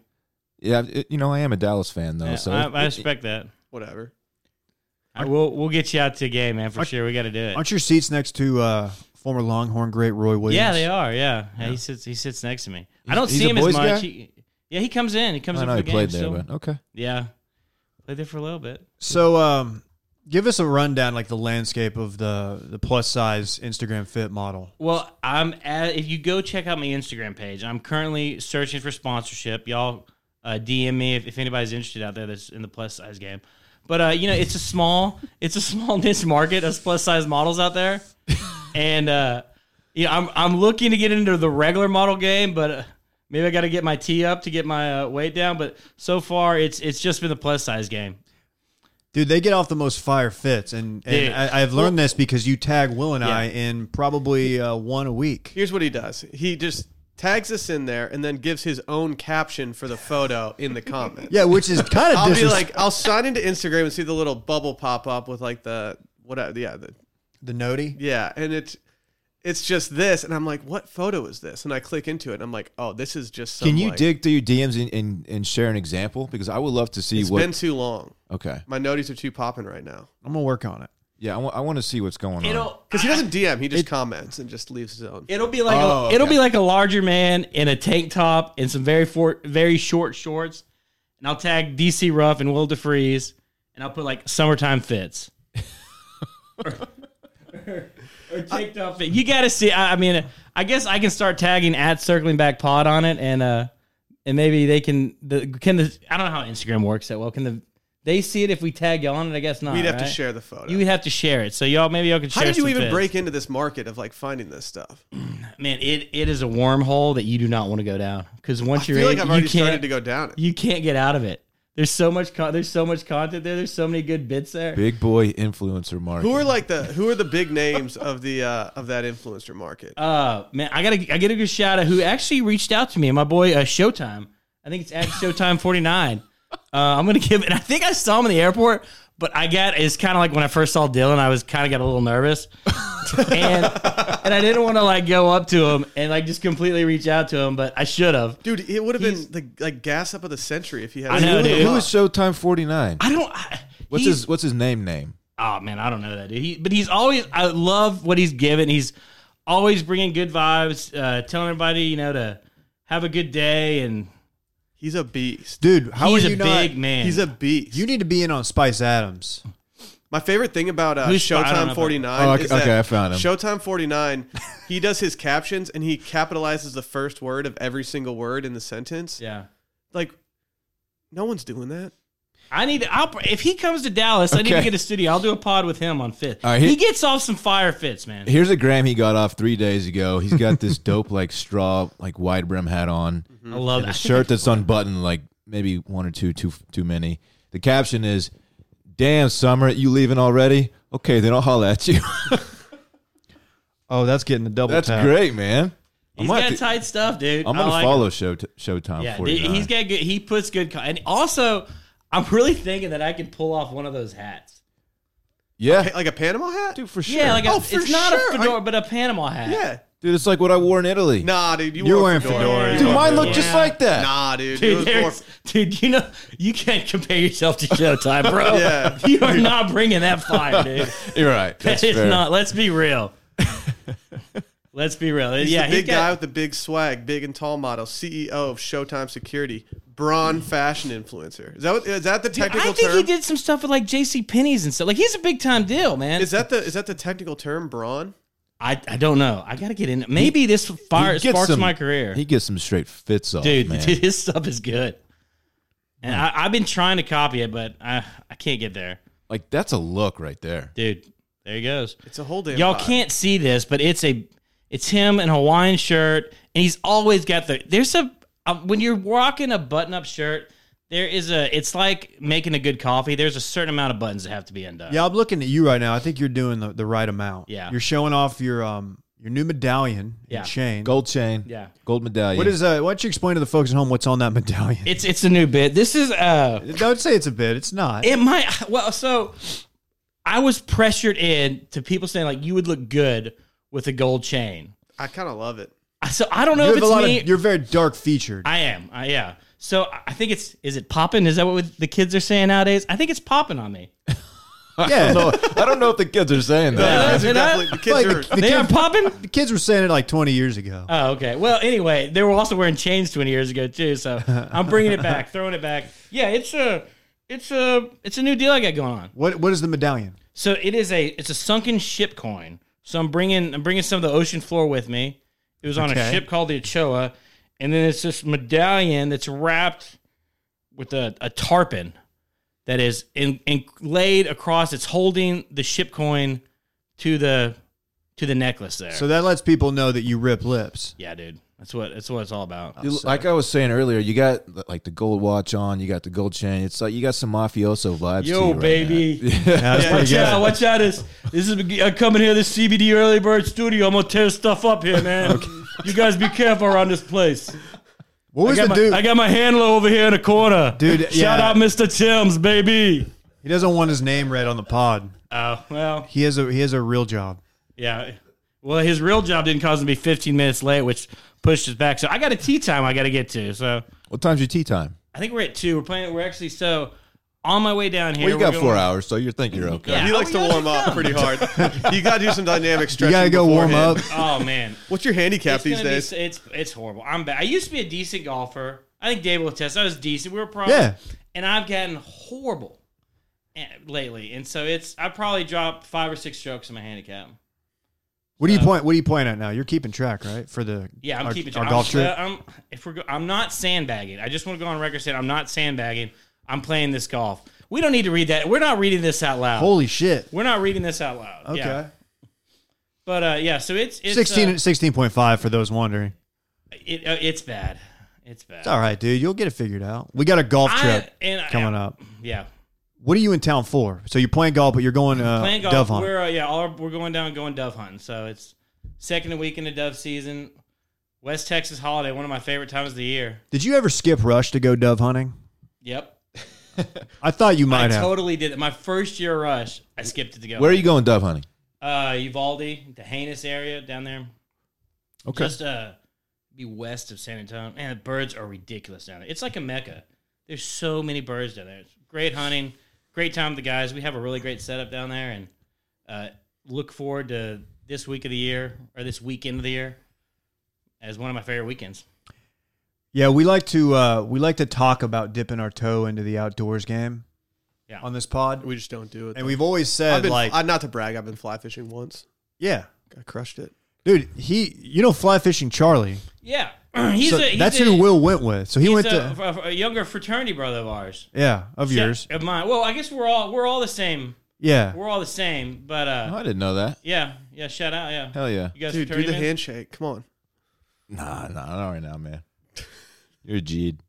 S3: Yeah, it- you know I am a Dallas fan though,
S4: Yeah,
S3: Oh, so
S4: I,
S3: it-
S4: I
S3: it-
S4: respect that.
S1: Whatever.
S4: Uh, we'll we'll get you out to a game, man, for
S2: Aren't-
S4: sure. We got to do it.
S2: aren't your seats next to uh, former Longhorn great Roy Williams?
S4: Yeah, they are. Yeah. Yeah, he sits. He sits next to me. I
S3: He's-
S4: don't
S3: he's
S4: see
S3: a
S4: him as
S3: boys
S4: much.
S3: guy?
S4: He, yeah, he comes in. He comes
S3: I
S4: in
S3: know
S4: for
S3: he
S4: games
S3: played there,
S4: still.
S3: but okay.
S4: yeah, played there for a little bit.
S2: So, um, give us a rundown like the landscape of the the plus size Instagram fit model.
S4: Well, I'm at, if you go check out my Instagram page, I'm currently searching for sponsorship. Y'all uh, DM me if, if anybody's interested out there that's in the plus size game. But uh, you know, it's a small it's a small niche market of plus size models out there, and uh, you know, I'm I'm looking to get into the regular model game, but. Uh, Maybe I got to get my tee up to get my uh, weight down, but so far it's it's just been the plus size game.
S2: Dude, they get off the most fire fits, and, and
S4: Dude.
S2: I, I've learned this because you tag Will and I
S4: Yeah.
S2: in probably uh, one a week.
S1: Here's what he does. He just tags us in there and then gives his own caption for the photo in the comments.
S2: Yeah, which is kind of
S1: I'll be
S2: disrespectful.
S1: like, I'll sign into Instagram and see the little bubble pop up with like the what? Yeah, the,
S2: the noti.
S1: yeah, and it's it's just this, and I'm like, what photo is this? And I click into it, and I'm like, oh, this is just. Some,
S3: Can you
S1: like-
S3: dig through your DMs and, and, and share an example? Because I would love to see
S1: It's
S3: what.
S1: been too long.
S3: okay,
S1: My noties are too popping right now.
S2: I'm gonna work on it.
S3: yeah, I want to see what's going on.
S4: It'll
S1: Because he doesn't DM, he just comments and just leaves his own.
S4: It'll be like
S3: Oh,
S4: a, it'll
S3: okay.
S4: be like a larger man in a tank top and some very for, very short shorts, and I'll tag DC Ruff and Will DeFreeze, and I'll put like summertime fits. or, or tank top fit. You got to see. I, I mean, I guess I can start tagging at circling back pod on it, and uh, and maybe they can. The, can the I don't know how Instagram works that well. Can the they see it if we tag y'all on it? I guess not.
S1: We'd have to
S4: right?
S1: share the photo.
S4: You would have to share it. So y'all maybe y'all can.
S1: How
S4: share
S1: did you
S4: some
S1: even
S4: pics.
S1: break into this market of like finding this stuff?
S4: Man, it, it is a wormhole that you do not want to go down because once
S1: I
S4: you're
S1: feel
S4: in,
S1: like I've
S4: it, you
S1: already
S4: can't
S1: started to go down it.
S4: you can't get out of it. There's so much con- there's so much content there. There's so many good bits there.
S3: Big boy influencer market.
S1: Who are like the who are the big names of the uh, of that influencer market?
S4: Uh man, I gotta I get a good shout out who actually reached out to me. My boy uh, Showtime. I think it's at Showtime 49. Uh, I'm gonna give it. I think I saw him in the airport, but I got it's kind of like when I first saw Dylan, I was kind of got a little nervous, and and I didn't want to like go up to him and like just completely reach out to him, but I should have.
S1: Dude, it would have been the like gas up of the century if he had.
S4: I know,
S1: Who
S4: dude.
S1: the
S3: Who
S1: fuck?
S3: is Showtime Forty Nine?
S4: I don't. I,
S3: What's
S4: he-
S3: his What's his name? Name?
S4: Oh man, I don't know that dude. He, but he's always. I love what he's given. He's always bringing good vibes, uh, telling everybody you know to have a good day, and
S1: He's a beast.
S2: dude. How
S4: he's
S2: are
S4: a
S2: you
S4: big
S2: not?
S4: man.
S1: He's a beast.
S2: You need to be in on Spice Adams.
S1: My favorite thing about uh,
S4: Who's Sp- I don't know
S1: Showtime
S4: about-
S1: 49
S3: Oh, okay-
S1: is that
S3: okay, I found him.
S1: Showtime 49, he does his captions and he capitalizes the first word of every single word in the sentence.
S4: yeah.
S1: Like, no one's doing that.
S4: I need. To, I'll, if he comes to Dallas, I need to
S3: Okay.
S4: get a studio. I'll do a pod with him on Fifth.
S3: All right,
S4: he,
S3: he-
S4: gets off some fire fits, man.
S3: Here's a gram he got off three days ago. He's got this dope like straw like wide brim hat on,
S4: I love
S3: and a
S4: that.
S3: shirt that's unbuttoned like maybe one or two too too many. The caption is, "Damn summer, you leaving already? Okay, then I'll holla at you."
S2: Oh, that's getting the double.
S3: that's
S2: tap.
S3: great, man.
S4: He's
S3: I'm
S4: got
S3: gonna,
S4: tight stuff, dude.
S3: I'm
S4: I
S3: gonna
S4: like
S3: follow Show Showtime
S4: It. Yeah, dude,
S3: 49.
S4: he's got good. He puts good. con- And also, I'm really thinking that I could pull off one of those hats.
S3: yeah,
S1: Pa- Like a Panama hat?
S3: dude, for sure.
S4: Yeah, like a,
S1: Oh,
S4: it's
S1: for
S4: not
S1: sure.
S4: a fedora, but a Panama hat.
S1: Yeah.
S3: dude, it's like what I wore in Italy.
S1: Nah, dude. You
S2: You're
S1: wore
S2: wearing fedora.
S3: dude, mine looked
S4: Yeah.
S3: just like that.
S1: Nah, dude. it
S4: Dude,
S1: was more-
S4: there's- dude, you know you can't compare yourself to Showtime, bro.
S1: Yeah.
S4: you are not bringing that fire, dude.
S3: You're right. That's
S4: That is
S3: fair.
S4: not. Let's be real. let's be real.
S1: He's
S4: yeah,
S1: the
S4: he's
S1: big
S4: got-
S1: guy with the big swag, big and tall model, CEO of Showtime Security, brawn fashion influencer. Is that what, is that the
S4: Dude,
S1: technical
S4: I think
S1: term?
S4: he did some stuff with like J.C. Penney's and stuff. Like he's a big time deal, man.
S1: Is that the is that the technical term, brawn?
S4: I, I don't know. I gotta get in. it. Maybe this fire
S3: He gets
S4: sparks
S3: some-
S4: my career,
S3: He gets some straight fits off,
S4: dude,
S3: man.
S4: dude. His stuff is good, and I, I've been trying to copy it, but I I can't get there,
S3: Like that's a look right there.
S4: dude. There he goes.
S1: It's a whole damn.
S4: Y'all
S1: vibe.
S4: can't see this, but it's a it's him in a Hawaiian shirt, and he's always got the there's a uh, when you're rocking a button up shirt, there is a it's like making a good coffee. There's a certain amount of buttons that have to be undone.
S2: Yeah, I'm looking at you right now. I think you're doing the, the right amount.
S4: Yeah.
S2: you're showing off your um your new medallion and
S4: Yeah.
S2: chain.
S3: Gold chain.
S4: Yeah.
S3: Gold medallion.
S2: What is uh? Why don't you explain to the folks at home what's on that medallion?
S4: It's it's a new bit. This is uh
S2: Don't say it's a bit. It's not.
S4: It might. Well, so I was pressured in to people saying like you would look good with a gold chain.
S1: I kind of love it.
S4: I- So I don't know
S2: you
S4: if
S2: have a
S4: it's
S2: lot
S4: me.
S2: of. You're very dark featured.
S4: I am. I, yeah. So I think it's is it popping? Is that what the kids are saying nowadays? I think it's popping on me.
S2: yeah,
S3: No, I don't know if the kids are saying that.
S1: The kids are
S4: Yeah. Did I-
S1: definitely- the kids
S2: Like,
S1: are-
S2: the- the
S4: They
S2: kid-
S4: are popping.
S2: the kids were saying it like 20 years ago.
S4: Oh, okay. Well, anyway, they were also wearing chains twenty years ago too. So I'm bringing it back, throwing it back. Yeah, it's a, it's a, it's a new deal I got going on.
S2: What What is the medallion?
S4: So it is a it's a sunken ship coin. So I'm bringing I'm bringing some of the ocean floor with me. It was on a
S2: Okay.
S4: ship called the Ochoa, and then it's this medallion that's wrapped with a, a tarpon that is in, in laid across. It's holding the ship coin to the to the necklace there.
S2: So that lets people know that you rip lips.
S4: yeah, dude, that's what that's what it's all about.
S3: Dude, like I was saying earlier, you got like the gold watch on, you got the gold chain. It's like you got some mafioso vibes. to
S4: Yo,
S3: you right
S4: baby.
S2: Yeah, that's pretty
S4: Watch
S2: good.
S4: out, watch out. This, this is I'm coming here, this CBD Early Bird Studio. I'm going to tear stuff up here, man. You guys be careful around this place.
S2: What was the dude?
S4: got my handler over here in the corner.
S2: Dude, yeah.
S4: Mr. Timms, baby.
S2: he doesn't want his name read on the pod.
S4: Oh, well,
S2: He has a he has a real job.
S4: yeah. Well, his real job didn't cause him to be 15 minutes late, which pushed us back. So I got a tea time I got to get to. So
S3: now. What time's your tea time?
S4: I think we're at two. We're playing, we're actually, so on my way down here.
S3: Well, you got
S4: we're
S3: four
S4: going-
S3: hours, so you think you're okay.
S4: Yeah.
S1: He likes to
S4: Oh, yeah,
S1: warm up pretty hard. you got to do some dynamic
S2: You
S1: stretching.
S2: gotta go warm up.
S1: beforehand.
S4: Oh, man.
S1: What's your handicap
S4: It's
S1: these
S4: gonna be
S1: days?
S4: so- it's it's horrible. I'm bad. I used to be a decent golfer. I think David will test. I was decent. We were probably
S2: Yeah.
S4: And I've gotten horrible eh, lately, and so it's I probably dropped five or six strokes in my handicap.
S2: What do you point? What are you pointing at now? You're keeping track, right? For the
S4: Yeah, I'm
S2: our,
S4: keeping
S2: our
S4: track. I'm,
S2: golf trip.
S4: uh, I'm- if we're go- I'm not sandbagging. I just want to go on record saying I'm not sandbagging. I'm playing this golf. We don't need to read that. We're not reading this out loud.
S2: Holy shit!
S4: We're not reading this out loud.
S2: Okay,
S4: uh, Yeah. But uh, yeah, so it's, it's
S2: 16
S4: uh,
S2: and 16.5 for those wondering.
S4: it, uh, it's bad. It's bad.
S2: It's all right, dude. You'll get it figured out. We got a golf
S4: I-
S2: trip
S4: and I-
S2: coming up.
S4: Yeah.
S2: What are you in town for? So you're playing golf, but you're going uh,
S4: Playing golf.
S2: dove hunt.
S4: We're uh, yeah, all we're going down and going dove hunting. So it's second week in the dove season. West Texas holiday, one of my favorite times of the year.
S2: Did you ever skip rush to go dove hunting?
S4: Yep.
S2: I thought you might
S4: I
S2: have.
S4: totally did it. My first year rush, I skipped it to go.
S3: Where are you going dove hunting?
S4: Uh, Uvalde, the heinous area down there.
S3: Okay.
S4: Just uh, be west of San Antonio. Man, the birds are ridiculous down there. It's like a mecca. There's so many birds down there. It's great hunting, great time with the guys. We have a really great setup down there, and uh, look forward to this week of the year or this weekend of the year as one of my favorite weekends.
S2: Yeah, we like to uh, we like to talk about dipping our toe into the outdoors game.
S4: Yeah.
S2: On this pod,
S1: We just don't do it.
S2: and we've always
S1: I've
S2: said
S1: been
S2: like,
S1: I, not to brag. I've been fly fishing once.
S2: yeah,
S1: I crushed it.
S2: dude, he you know fly fishing Charlie.
S4: Yeah, he's
S2: So
S4: a he's
S2: that's
S4: a,
S2: who Will went with. So he
S4: he's
S2: went
S4: a-
S2: to
S4: a younger fraternity brother of ours.
S2: yeah of yours.
S4: Yeah, of mine. Well, I guess we're all we're all the same.
S2: Yeah,
S4: We're all the same, but uh,
S3: Oh, I didn't know that.
S4: Yeah, yeah. Shout out, yeah.
S3: Hell yeah.
S4: You guys
S1: Dude, do the handshake. Come on.
S3: Nah, nah, not right now, man. You're a G'd.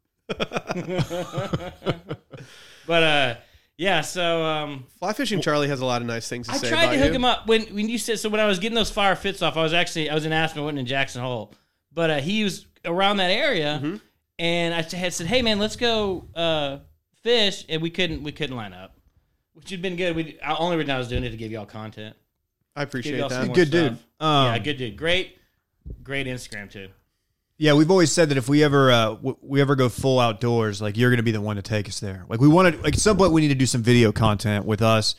S4: But uh, yeah. So um,
S1: Fly fishing Charlie has a lot of nice things to
S4: I
S1: say
S4: tried
S1: about
S4: to hook
S1: you.
S4: him up when when you said so. When I was getting those fire fits off, I was actually I was in Aspen, I wasn't in Jackson Hole, but uh, he was around that area,
S1: Mm-hmm.
S4: and I had said, "Hey man, let's go uh, fish," and we couldn't we couldn't line up, which had been good. We I, only reason I was doing it to give y'all content.
S1: I
S4: Give
S1: appreciate
S4: y'all some
S1: that.
S4: more
S2: Good
S4: stuff.
S2: dude. Um,
S4: yeah, good dude. Great, great Instagram too.
S2: Yeah, we've always said that if we ever uh, w- we ever go full outdoors, like you're going to be the one to take us there. Like we want to, like at some point we need to do some video content with us.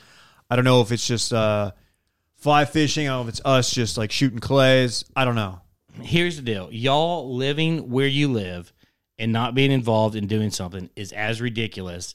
S2: I don't know if it's just uh, fly fishing. I don't know if it's us just like shooting clays. I don't know.
S4: here's the deal y'all living where you live and not being involved in doing something is as ridiculous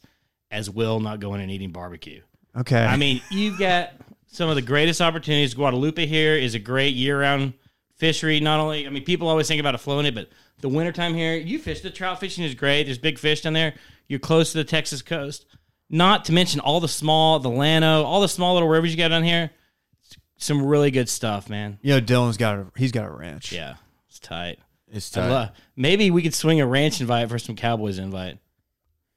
S4: as will not going and eating barbecue
S2: Okay,
S4: i mean you've got some of the greatest opportunities guadalupe here is a great year-round fishery not only i mean people always think about it floating it but the wintertime here you fish the trout fishing is great there's big fish down there you're close to the texas coast not to mention all the small the lano all the small little rivers you got down here some really good stuff man
S2: you know Dylan's got a he's got a ranch.
S4: yeah it's tight
S3: It's
S4: I
S3: tight.
S4: love- maybe we could swing a ranch invite for some Cowboys invite.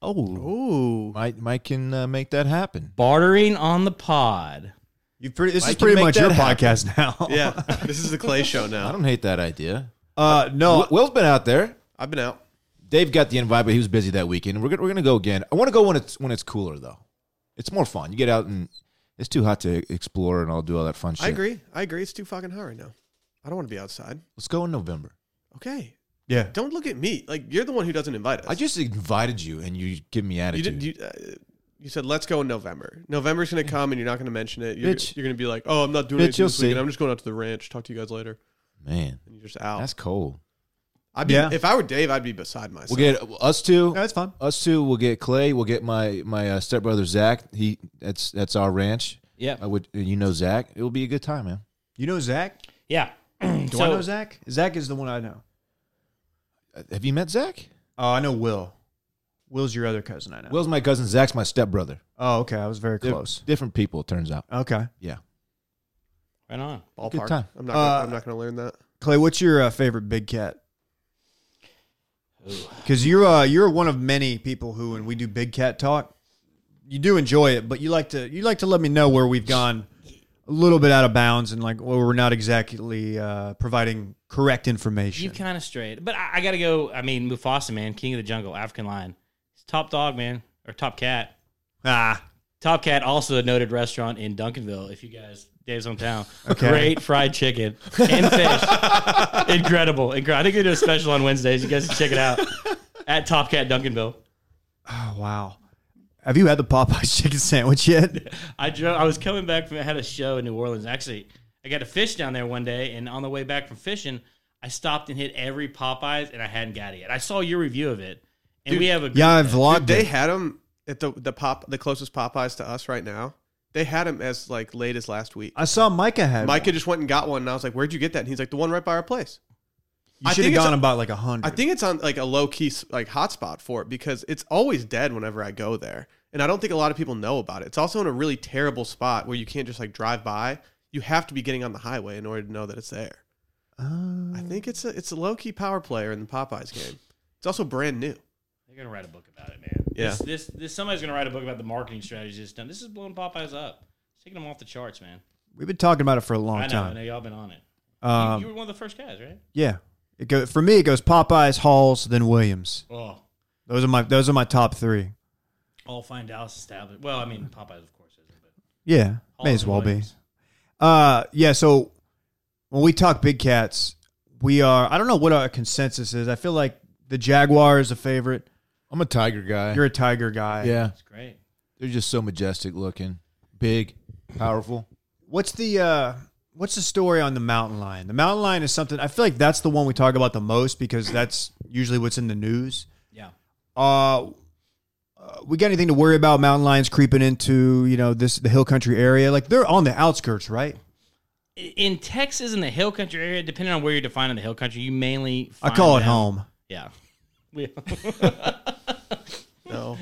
S2: Oh,
S1: Ooh.
S3: Mike, Mike can uh, make that happen.
S4: Bartering on the pod.
S2: you pretty. This
S3: Why
S2: is
S3: can you
S2: pretty
S3: make
S2: much your
S3: that happen?
S2: podcast now.
S1: Yeah. this is the Clay Show
S3: I
S1: now.
S3: don't hate that idea.
S2: Uh, no,
S3: Will- Will's been out there.
S1: I've been out.
S3: Dave got the invite, but he was busy that weekend. We're gonna, we're gonna go again. I want to go when it's when it's cooler though. It's more fun. You get out and it's too hot to explore and all do all that fun shit.
S1: I agree. I agree. It's too fucking hot right now. I don't want to be outside.
S3: Let's go in November.
S1: Okay.
S2: yeah.
S1: Don't look at me. Like you're the one who doesn't invite us.
S3: I just invited you and you give me
S1: you
S3: attitude.
S1: did. You, uh, you said let's go in November. November's gonna come and you're not gonna mention it. You're,
S3: Bitch.
S1: you're gonna be like, oh, I'm not doing
S3: Bitch,
S1: anything
S3: you'll
S1: this weekend.
S3: see.
S1: I'm just going out to the ranch. Talk to you guys later.
S3: Man,
S1: And you're just out.
S3: that's cold.
S1: I'd be,
S2: Yeah.
S1: If I were Dave, I'd be beside myself.
S3: We'll get us two.
S2: No, that's fine.
S3: Us two. We'll get Clay. We'll get my my uh, stepbrother Zach. He that's that's our ranch.
S4: Yeah.
S2: Oh.
S3: I would you know Zach. It will be a good time, man.
S2: You know Zach?
S4: Yeah.
S2: Do I know Zach? Zach is the one I know.
S3: Uh, Have you met Zach?
S2: Oh, I know Will. Will's your other cousin. I know.
S3: Will's my cousin. Zach's my stepbrother.
S2: Oh, okay. I was very
S3: They're
S2: close.
S3: different people. It turns out.
S2: Okay.
S3: Yeah.
S4: Right on.
S1: Ballpark.
S3: Good time.
S1: I'm not. Gonna,
S2: Uh,
S1: I'm not gonna learn that.
S2: Clay, what's your uh, favorite big cat? Because you're uh, you're one of many people who, when we do big cat talk, you do enjoy it, but you like to you like to let me know where we've gone a little bit out of bounds and like where we're not exactly uh, providing correct
S4: You
S2: information.
S4: kind of straight. But I, I got to go. I mean, Mufasa, man. King of the jungle, African lion. He's top dog, man. Or top cat.
S2: ah,
S4: Top Cat, also a noted restaurant in Duncanville, if you guys, Dave's hometown.
S2: Okay.
S4: Great fried chicken and fish. Incredible. Incredible. I think they do a special on Wednesdays. You guys should check it out at Top Cat Duncanville.
S2: oh, wow. Have you had the Popeyes chicken sandwich yet?
S4: I drove. I was coming back from. I had a show in New Orleans. Actually, I got to fish down there one day, and on the way back from fishing, I stopped and hit every Popeyes, and I hadn't got it yet. I saw your review of it, and we have a
S2: Yeah, I
S1: Dude,
S2: vlogged
S1: they
S2: it.
S1: had them at the the pop the closest Popeyes to us right now. They had him as like late as last week.
S2: I saw Micah had.
S1: Micah just went and got one, and I was like, "Where'd you get that?" And he's like, "The one right by our place."
S2: you
S1: I
S2: should have
S1: think it's
S2: gone
S1: a-
S2: about like a hundred.
S1: I think it's on like a low key like hotspot for it because it's always dead whenever I go there, and I don't think a lot of people know about it. It's also in a really terrible spot where you can't just like drive by. You have to be getting on the highway in order to know that it's there.
S2: Uh,
S4: Mm.
S1: I think it's a it's a low key power player in the Popeyes game. It's also brand new.
S4: They're gonna write a book about it, man.
S1: Yeah.
S4: This, this, this somebody's gonna write a book about the marketing strategies it's done. This is blowing Popeyes up. It's taking them off the charts, man.
S2: we've been talking about it for a long
S4: I know. I know
S2: time.
S4: y'all been on it. You-
S2: Um,
S4: you, were one of the first guys, right?
S2: yeah, it go, for me it goes Popeyes, Halls, then Williams.
S4: Oh,
S2: Those are my those are my top three.
S4: all fine Dallas established. Well, I mean Popeyes, of course, isn't. But
S2: Yeah, may
S4: Halls
S2: as
S4: and
S2: well be.
S4: Williams.
S2: Uh, yeah. So when we talk big cats, we are. I don't know what our consensus is. I feel like the Jaguar is a favorite.
S3: I'm a tiger guy.
S2: You're a Tiger guy.
S3: yeah,
S4: It's great.
S3: they're just so majestic looking, big, powerful.
S2: What's the uh, What's the story on the mountain lion? The mountain lion is something I feel like that's the one we talk about the most because that's usually what's in the news.
S4: Yeah.
S2: Uh, uh, we got anything to worry about? Mountain lions creeping into you know this the hill country area? Like they're on the outskirts, right?
S4: In Texas, in the hill country area, depending on where you're defining the hill country, you mainly.
S2: I call it
S4: find them-
S2: home.
S4: Yeah. We,
S1: No,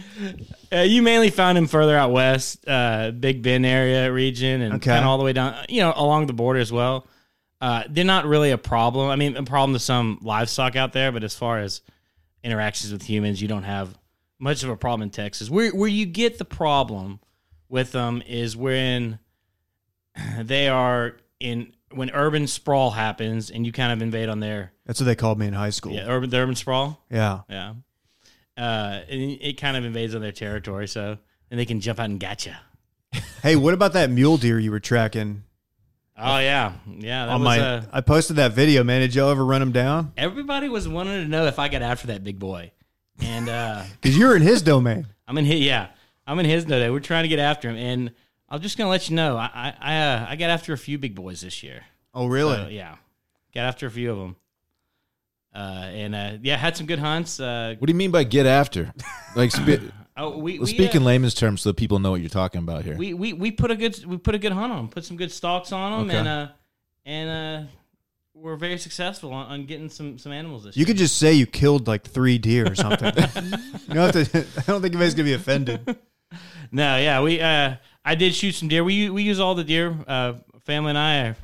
S4: uh, you mainly found him further out west, uh, Big Bend area region, and
S2: Okay.
S4: kind of all the way down, you know, along the border as well. Uh, they're not really a problem. I mean, a problem to some livestock out there, but as far as interactions with humans, you don't have much of a problem in Texas. Where where you get the problem with them is when they are in when urban sprawl happens and you kind of invade on their
S2: That's what they called me in high school.
S4: yeah urban the urban sprawl.
S2: yeah.
S4: Yeah. Uh, and it kind of invades on their territory, so and they can jump out and gotcha.
S2: Hey, what about that mule deer you were tracking?
S4: Oh yeah, yeah. That
S2: on
S4: was,
S2: my
S4: uh,
S2: I posted that video, man. Did y'all ever run him down?
S4: everybody was wanting to know if I got after that big boy, and uh,
S2: Because you're in his domain.
S4: I'm in his yeah, I'm in his today. We're trying to get after him, and I'm just gonna let you know, I I I, uh, I got after a few big boys this year.
S2: Oh,
S4: So, yeah, got after a few of them. Uh, and uh, yeah, had some good hunts. Uh,
S3: What do you mean by get after? Like, spe-
S4: oh, we,
S3: well,
S4: we
S3: speak
S4: uh,
S3: in layman's terms so that people know what you're talking about here.
S4: we, we we put a good we put a good hunt on 'em, put some good stalks on them,
S3: Okay.
S4: and uh and uh we're very successful on, on getting some some animals this
S2: You
S4: year.
S2: could just say you killed like three deer or something. you don't have to. I don't think anybody's gonna be offended.
S4: No, yeah, we uh I did shoot some deer. We u- we use all the deer. Uh, family and I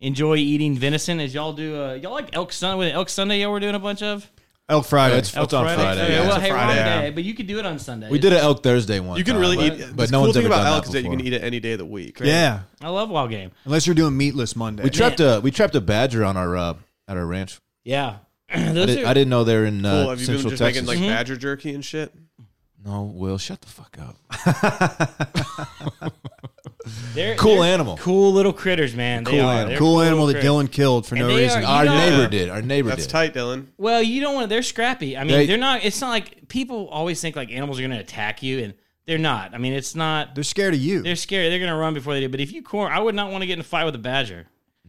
S4: enjoy eating venison as y'all do. Uh, y'all like elk Sunday? With elk Sunday, y'all were doing a bunch of
S2: Elk Oh, Friday.
S3: That's-
S4: elk
S3: It's on Friday,
S4: Okay,
S3: yeah.
S4: well,
S3: It's
S1: a
S4: hey,
S1: Friday,
S4: Friday,
S1: yeah.
S4: but you could do it on Sunday.
S3: We did an elk Thursday one.
S1: you can
S3: time,
S1: really
S3: but-
S1: eat.
S3: Uh, But,
S1: the
S3: no
S1: cool
S3: one's
S1: thing
S3: ever
S1: about
S3: done
S1: elk
S3: that
S1: is that you
S3: before.
S1: can eat it any day of the week. right?
S2: yeah,
S4: I love wild game.
S2: unless you're doing meatless Monday.
S3: We trapped a we trapped a badger on our uh, at our ranch.
S4: Yeah,
S3: I,
S4: those
S3: did,
S4: are,
S3: I didn't know they're in uh,
S1: Cool. Have you been
S3: Central
S1: just making
S3: Texas.
S1: like
S4: Mm-hmm.
S1: badger jerky and shit?
S3: no, Will, shut the fuck up.
S4: they're-
S3: Cool
S4: they're
S3: animal.
S4: cool little critters, man. They
S3: Cool
S4: are.
S3: animal.
S4: They're
S2: cool animal that
S4: critters.
S2: Dylan killed for
S4: And
S2: no
S4: they uh,
S2: reason.
S4: are-
S3: Our
S4: You know-
S3: neighbor did. Our neighbor
S1: That's
S3: did.
S1: tight, Dylan.
S4: Well, you don't want to. They're scrappy. I mean,
S3: They-
S4: they, are not. It's not like people always think like animals are going to attack you, and they're not. I mean, it's not.
S2: They're scared of you.
S4: They're scary. They're going to run before they do. But if you corn, I would not want to get in a fight with a badger.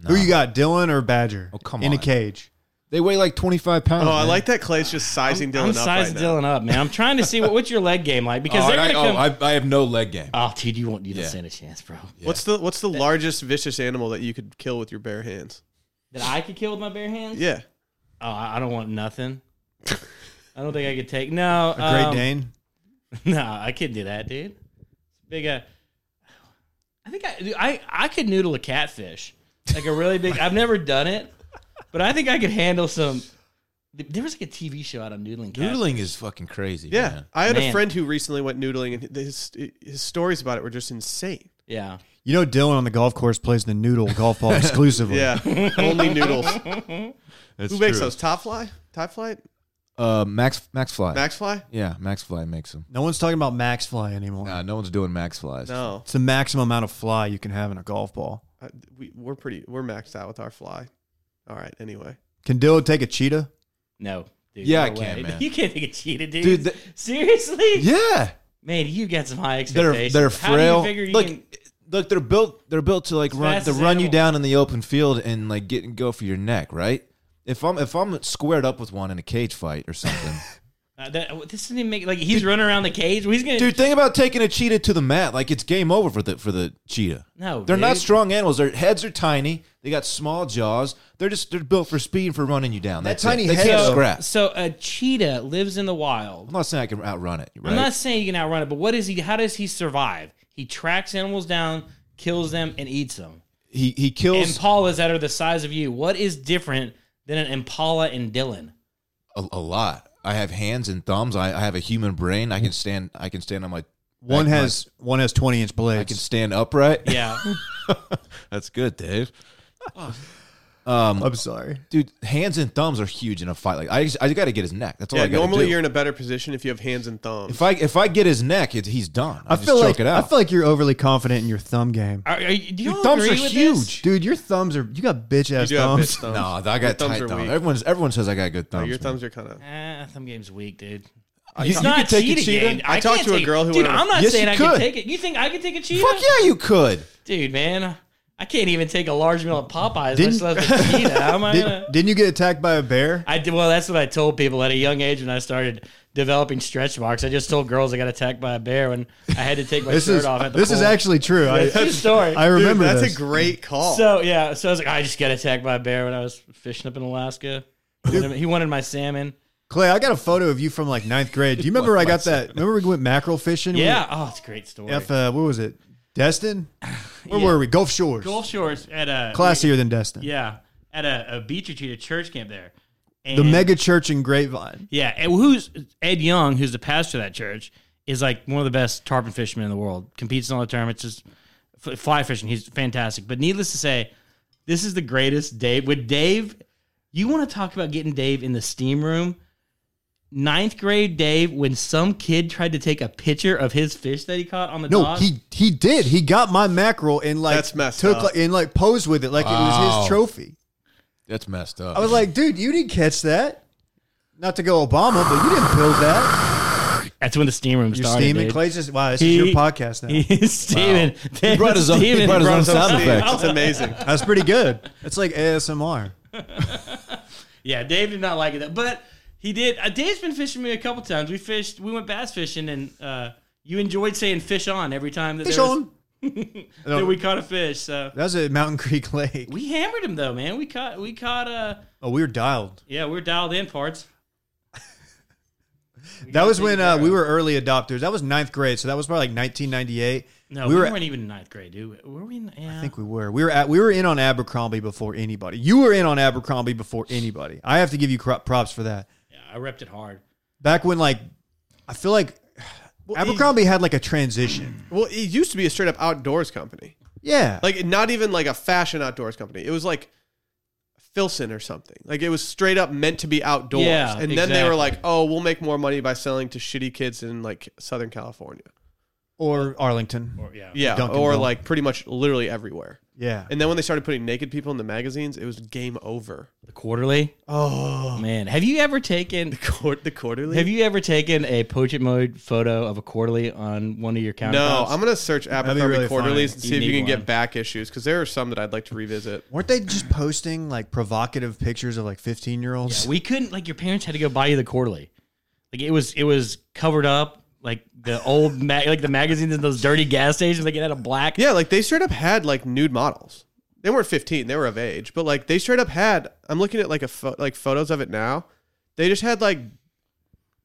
S2: Who you got, Dylan or Badger? Oh
S3: come
S2: in a
S3: on.
S2: cage.
S3: They weigh like 25 pounds.
S1: Oh, I
S3: man.
S1: like that Clay's just sizing Dylan
S4: I'm
S1: up
S4: sizing
S1: right
S4: Dylan up, man. I'm trying to see what, what's your leg game like because
S3: Oh,
S4: they're
S3: and I,
S4: going to come.
S3: oh I, I have no leg game.
S4: oh, dude, you won't. You don't
S3: Yeah.
S4: stand a chance, bro.
S1: now. What's the what's the largest vicious animal that you could kill with your bare hands?
S4: That I could kill with my bare hands.
S1: Yeah.
S4: Oh, I, I don't want nothing. I don't think I could take no.
S2: A Great
S4: um,
S2: Dane.
S4: No, I could do that, dude. Big. Uh, I think I, dude, I I could noodle a catfish, like a really big. I've never done it, but I think I could handle some. There was like a TV show out on noodling. Catfish.
S3: Noodling is fucking crazy.
S1: Yeah.
S3: man.
S1: I had a
S4: Man.
S1: friend who recently went noodling and his his stories about it were just insane.
S4: Yeah.
S2: You know Dylan on the golf course plays the noodle golf ball exclusively.
S1: Yeah. Only noodles.
S3: That's
S1: Who makes
S3: true.
S1: those? Top fly? Top flight?
S3: Uh, Max Max Fly.
S1: Max fly?
S3: Yeah, Max Fly makes them.
S2: No one's talking about max fly anymore.
S3: Nah, no one's doing Max Flies.
S1: No.
S2: It's the maximum amount of fly you can have in a golf ball.
S1: I, we, we're pretty we're maxed out with our fly. All right, anyway.
S2: Can Dylan take a cheetah?
S4: No. Dude,
S3: Yeah, I
S4: no
S3: can,
S4: way.
S3: man.
S4: You can't think of cheetah, dude.
S3: Dude, the-
S4: Seriously,
S3: Yeah,
S4: man, you got some high
S3: they're
S4: expectations.
S3: they're frail.
S4: How do you figure you
S3: look,
S4: can,
S3: look, they're built they're built to like run
S4: fast
S3: to
S4: as
S3: run you
S4: animal.
S3: down in the open field and like get and go for your neck, right? If I'm if I'm squared up with one in a cage fight or something,
S4: Uh, that, this doesn't even make like he's running around the cage. Well, he's gonna
S3: Dude, think about taking a cheetah to the mat. Like it's game over for the for the cheetah.
S4: No,
S3: they're not
S4: dude.
S3: strong animals. Their heads are tiny. They got small jaws. They're just they're built for speed and for running you down. That's
S2: tiny
S3: it. They
S2: head
S3: can't
S2: though-
S3: scrap.
S4: So a cheetah lives in the wild.
S3: I'm not saying I can outrun it. Right?
S4: I'm not saying you can outrun it, but what is he? How does he survive? He tracks animals down, kills them, and eats them.
S3: he he kills
S4: Impalas that are the size of you. What is different than an impala and Dylan?
S3: a, a lot. I have hands and thumbs. I, I have a human brain. I can stand. I can stand on my.
S2: One
S3: back-
S2: has one has twenty inch
S3: I can
S2: blades.
S3: stand upright.
S4: Yeah,
S3: That's good, Dave.
S2: I'm sorry.
S3: Dude, hands and thumbs are huge in a fight. Like I, just- I got to get his neck. That's all
S1: Yeah,
S3: I got to do.
S1: normally you're in a better position if you have hands and thumbs.
S3: If I if I get his neck, it, he's done. I,
S2: I
S3: just
S2: feel
S3: choke
S2: like
S3: it out.
S2: I feel like you're overly confident in your thumb game,
S4: Are- are you- do you all
S3: thumbs
S4: agree
S3: are
S4: with
S3: huge.
S4: This?
S2: dude. Your thumbs are you got bitch
S1: you
S2: ass
S1: do have
S2: thumbs.
S1: bitch thumbs.
S3: no, I
S1: Your
S3: got tight thumbs.
S1: weak.
S3: Everyone's everyone says I got good thumbs.
S1: Your
S3: man.
S1: thumbs are kind of.
S4: Ah, thumb game's weak, dude.
S3: you-
S4: It's
S3: you
S4: not
S3: could take a
S4: cheating.
S3: cheetah?
S4: dude.
S1: I talked
S4: can't
S1: to a
S4: take-
S1: girl who
S4: Dude,
S1: went on-
S4: I'm not
S3: Yes,
S4: saying
S3: you
S4: I can
S3: could.
S4: take it. You think I can take a cheetah?
S3: Fuck yeah, you could.
S4: dude, man. I can't even take a large meal at Popeyes.
S2: Didn't-
S4: Didn't, much less a cheetah. How am I gonna?
S2: Did, not you get attacked by a bear?
S4: I did, well, that's what I told people at a young age when I started developing stretch marks. I just told girls I got attacked by a bear when I had to take my
S2: This
S4: shirt
S2: is
S4: off at the
S2: this is
S4: pool.
S2: actually true.
S4: That's a
S2: I
S4: true story.
S2: I
S1: Dude,
S2: remember
S1: that's
S2: this.
S1: a great call.
S4: so yeah, so I was like, I just got attacked by a bear when I was fishing up in Alaska. He wanted- He wanted my salmon.
S2: Clay, I got a photo of you from like ninth grade. Do you remember I got that? Remember we went mackerel fishing? We
S4: Yeah, oh, it's a great story.
S2: were F, uh, what was it? Destin? Where
S4: Yeah.
S2: were we? Gulf Shores.
S4: Gulf Shores at a
S2: Classier than Destin.
S4: Yeah, at a, a beach retreat, a church camp there. And,
S2: The mega church in Grapevine.
S4: Yeah, and who's Ed Young, who's the pastor of that church, is like one of the best tarpon fishermen in the world. Competes in all the tournaments, just f- fly fishing. He's fantastic. But needless to say, this is the greatest Dave. With Dave, you want to talk about getting Dave in the steam room? Ninth grade Dave, when some kid tried to take a picture of his fish that he caught on the
S2: No,
S4: dock.
S2: he he did. He got my mackerel and like
S1: That's messed
S2: took
S1: up.
S2: like, and like posed with it like it was
S3: Wow.
S2: his trophy.
S3: That's messed up.
S2: I was like, dude, you didn't catch that. Not to go Obama, but you didn't build that.
S4: that's when the steam room
S2: You're
S4: started.
S2: steaming.
S4: dude.
S2: Clay's just wow. This
S4: He-
S2: is your podcast now.
S4: He's steaming. Dave
S3: brought
S4: was
S3: his own- he
S4: steaming.
S3: brought his own
S1: So
S3: sound
S1: Steve,
S3: effects.
S1: That's amazing.
S2: That's pretty good. It's like ASMR.
S4: Yeah, Dave did not like it, but he did. Uh, Dave's been fishing me a couple times. We fished. We went bass fishing, and uh, you enjoyed saying "fish on" every time that,
S2: Fish
S4: there was-
S2: on.
S4: that we caught a fish. So
S2: That was at Mountain Creek Lake.
S4: we hammered him though, man. We caught. We caught. Uh,
S2: Oh, we were dialed.
S4: yeah, we are dialed in parts.
S2: That was when uh,
S4: of.
S2: we were early adopters. That was ninth grade, so that was probably like 1998.
S4: No,
S2: we
S4: we,
S2: were.
S4: weren't even in ninth grade, dude. Were we? In, yeah.
S2: I think we were. We were at. We were in on Abercrombie before anybody. You were in on Abercrombie before anybody. I have to give you cro- props for that.
S4: yeah, I repped it hard.
S2: Back when, like, I feel like Abercrombie had like a transition.
S1: Well, it used to be a straight up outdoors company.
S2: Yeah,
S1: Like not even like a fashion outdoors company. It was like Filson or something. Like it was straight up meant to be outdoors.
S4: Yeah,
S1: and then they were
S4: exactly.
S1: like, "Oh, we'll make more money by selling to shitty kids in like Southern California."
S2: or Arlington.
S4: Or, yeah.
S1: Yeah,
S2: Dunkin'
S1: or
S2: Donuts.
S1: like pretty much literally everywhere.
S2: yeah,
S1: And then when they started putting naked people in the magazines, it was game over.
S4: The quarterly. Oh man, have you ever taken?
S1: Court the quarterly.
S4: Have you ever taken a poachit mode photo of a quarterly on one of your countertops?
S1: no, I'm gonna search Abercrombie
S2: really
S1: quarterlies and
S2: funny.
S4: You
S1: see if you
S4: need
S1: can get
S4: one.
S1: back issues because there are some that I'd like to revisit.
S2: weren't they just posting like provocative pictures of like 15 year olds?
S4: We couldn't like your parents had to go buy you the quarterly. Like it was it was covered up like the old ma- like the magazines in those dirty gas stations like it had a black
S1: Yeah, like they straight up had like nude models. They weren't 15, they were of age, but like they straight up had I'm looking at like a pho- like photos of it now. They just had like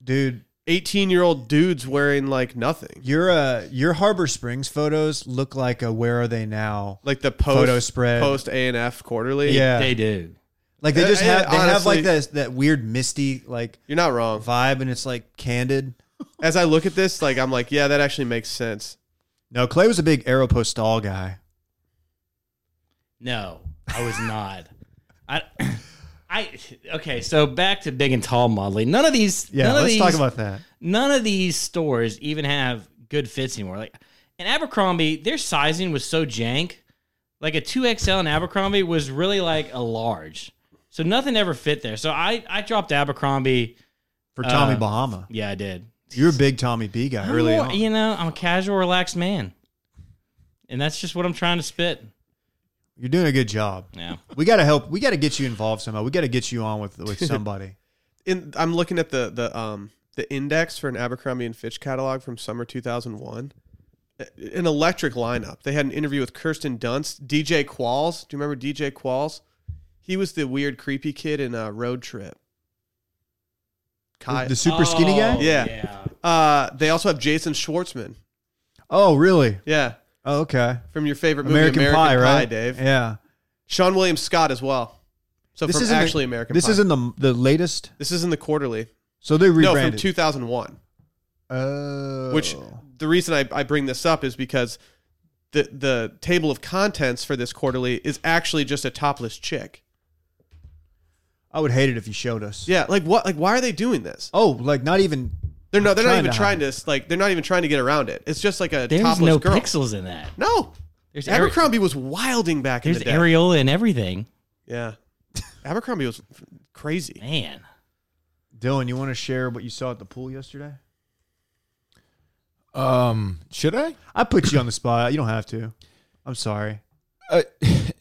S2: Dude,
S1: 18-year-old dudes wearing like nothing.
S2: your uh, your Harbor Springs photos look like a Where Are They Now?
S1: Like the post
S2: Photo spread.
S1: post A&F quarterly.
S2: Yeah.
S4: they do.
S2: Like they just
S1: Yeah,
S2: have they have
S1: honestly-
S2: like that that weird misty like
S1: You're not wrong.
S2: vibe, and it's like candid.
S1: As I look at this, like I'm like, yeah, that actually makes sense.
S2: No, Clay was a big Aeropostale guy.
S4: No, I was not. I I okay, so back to big and tall modeling. None of these
S2: Yeah,
S4: none of
S2: let's
S4: these,
S2: talk about that.
S4: none of these stores even have good fits anymore. Like in Abercrombie, their sizing was so jank. Like a 2XL in Abercrombie was really like a large. So nothing ever fit there. So I, I dropped Abercrombie.
S2: For Tommy
S4: Uh,
S2: Bahama,
S4: Yeah, I did.
S2: you're a big Tommy B guy.
S4: I'm
S2: Early
S4: more-
S2: on.
S4: You know, I'm a casual, relaxed man. And that's just what I'm trying to spit.
S2: You're doing a good job.
S4: Yeah.
S2: We gotta help. We gotta get you involved somehow. We gotta get you on with with somebody.
S1: In I'm looking at the the um the index for an Abercrombie and Fitch catalog from summer 2001. A- An electric lineup. They had an interview with Kirsten Dunst, DJ Qualls. Do you remember DJ Qualls? He was the weird, creepy kid in a road trip. Kyle.
S2: the super skinny guy.
S4: Oh,
S1: Yeah.
S4: yeah.
S1: Uh, they also have Jason Schwartzman.
S2: Oh, really?
S1: Yeah,
S2: Oh, okay.
S1: from your favorite movie,
S2: American,
S1: American,
S2: Pie, right?
S1: Dave.
S2: Yeah.
S1: Sean William Scott as well. So
S2: This
S1: from
S2: isn't the-
S1: actually American
S2: This
S1: Pie.
S2: isn't the the latest.
S1: this isn't the quarterly.
S2: So they
S1: No, from
S2: rebranded.
S1: 2001.
S2: oh.
S1: Which the reason I, I bring this up is because the the table of contents for this quarterly is actually just a topless chick.
S2: I would hate it if you showed us.
S1: Yeah, like what? Like why are they doing this?
S2: Oh, like not even.
S1: They're not. They're not
S2: Trying
S1: even
S2: to
S1: trying to like. They're not even trying to get around it. It's just like a
S4: There's
S1: topless
S4: no
S1: girl.
S4: pixels in that.
S1: No,
S4: There's Ari-
S1: Abercrombie was wilding back
S4: There's
S1: in the day.
S4: areola and everything.
S1: yeah, Abercrombie was f- crazy.
S4: Man.
S2: Dylan, you want to share what you saw at the pool yesterday?
S3: Um, should I?
S2: I put you on the spot. You don't have to. I'm sorry.
S3: Uh,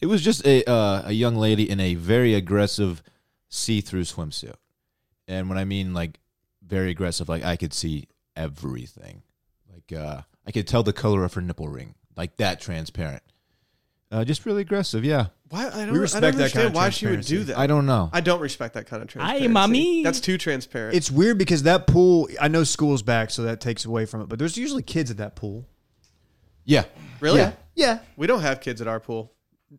S3: it was just a uh, a young lady in a very aggressive see-through swimsuit, and when I mean like very aggressive, like I could see everything, like uh, I could tell the color of her nipple ring, like that transparent. Uh, just really aggressive, yeah.
S1: Why I
S2: We
S1: don't, I
S2: respect
S1: don't
S2: that kind
S1: understand
S2: of
S1: why she would do
S2: transparency.
S1: that.
S3: I don't know.
S1: I don't respect that kind of transparency.
S4: mommy.
S1: That's too transparent.
S2: It's weird because that pool. I know school's back, so that takes away from it. But there's usually kids at that pool.
S3: yeah,
S1: really?
S3: Yeah.
S2: Yeah.
S1: We don't have kids at our pool.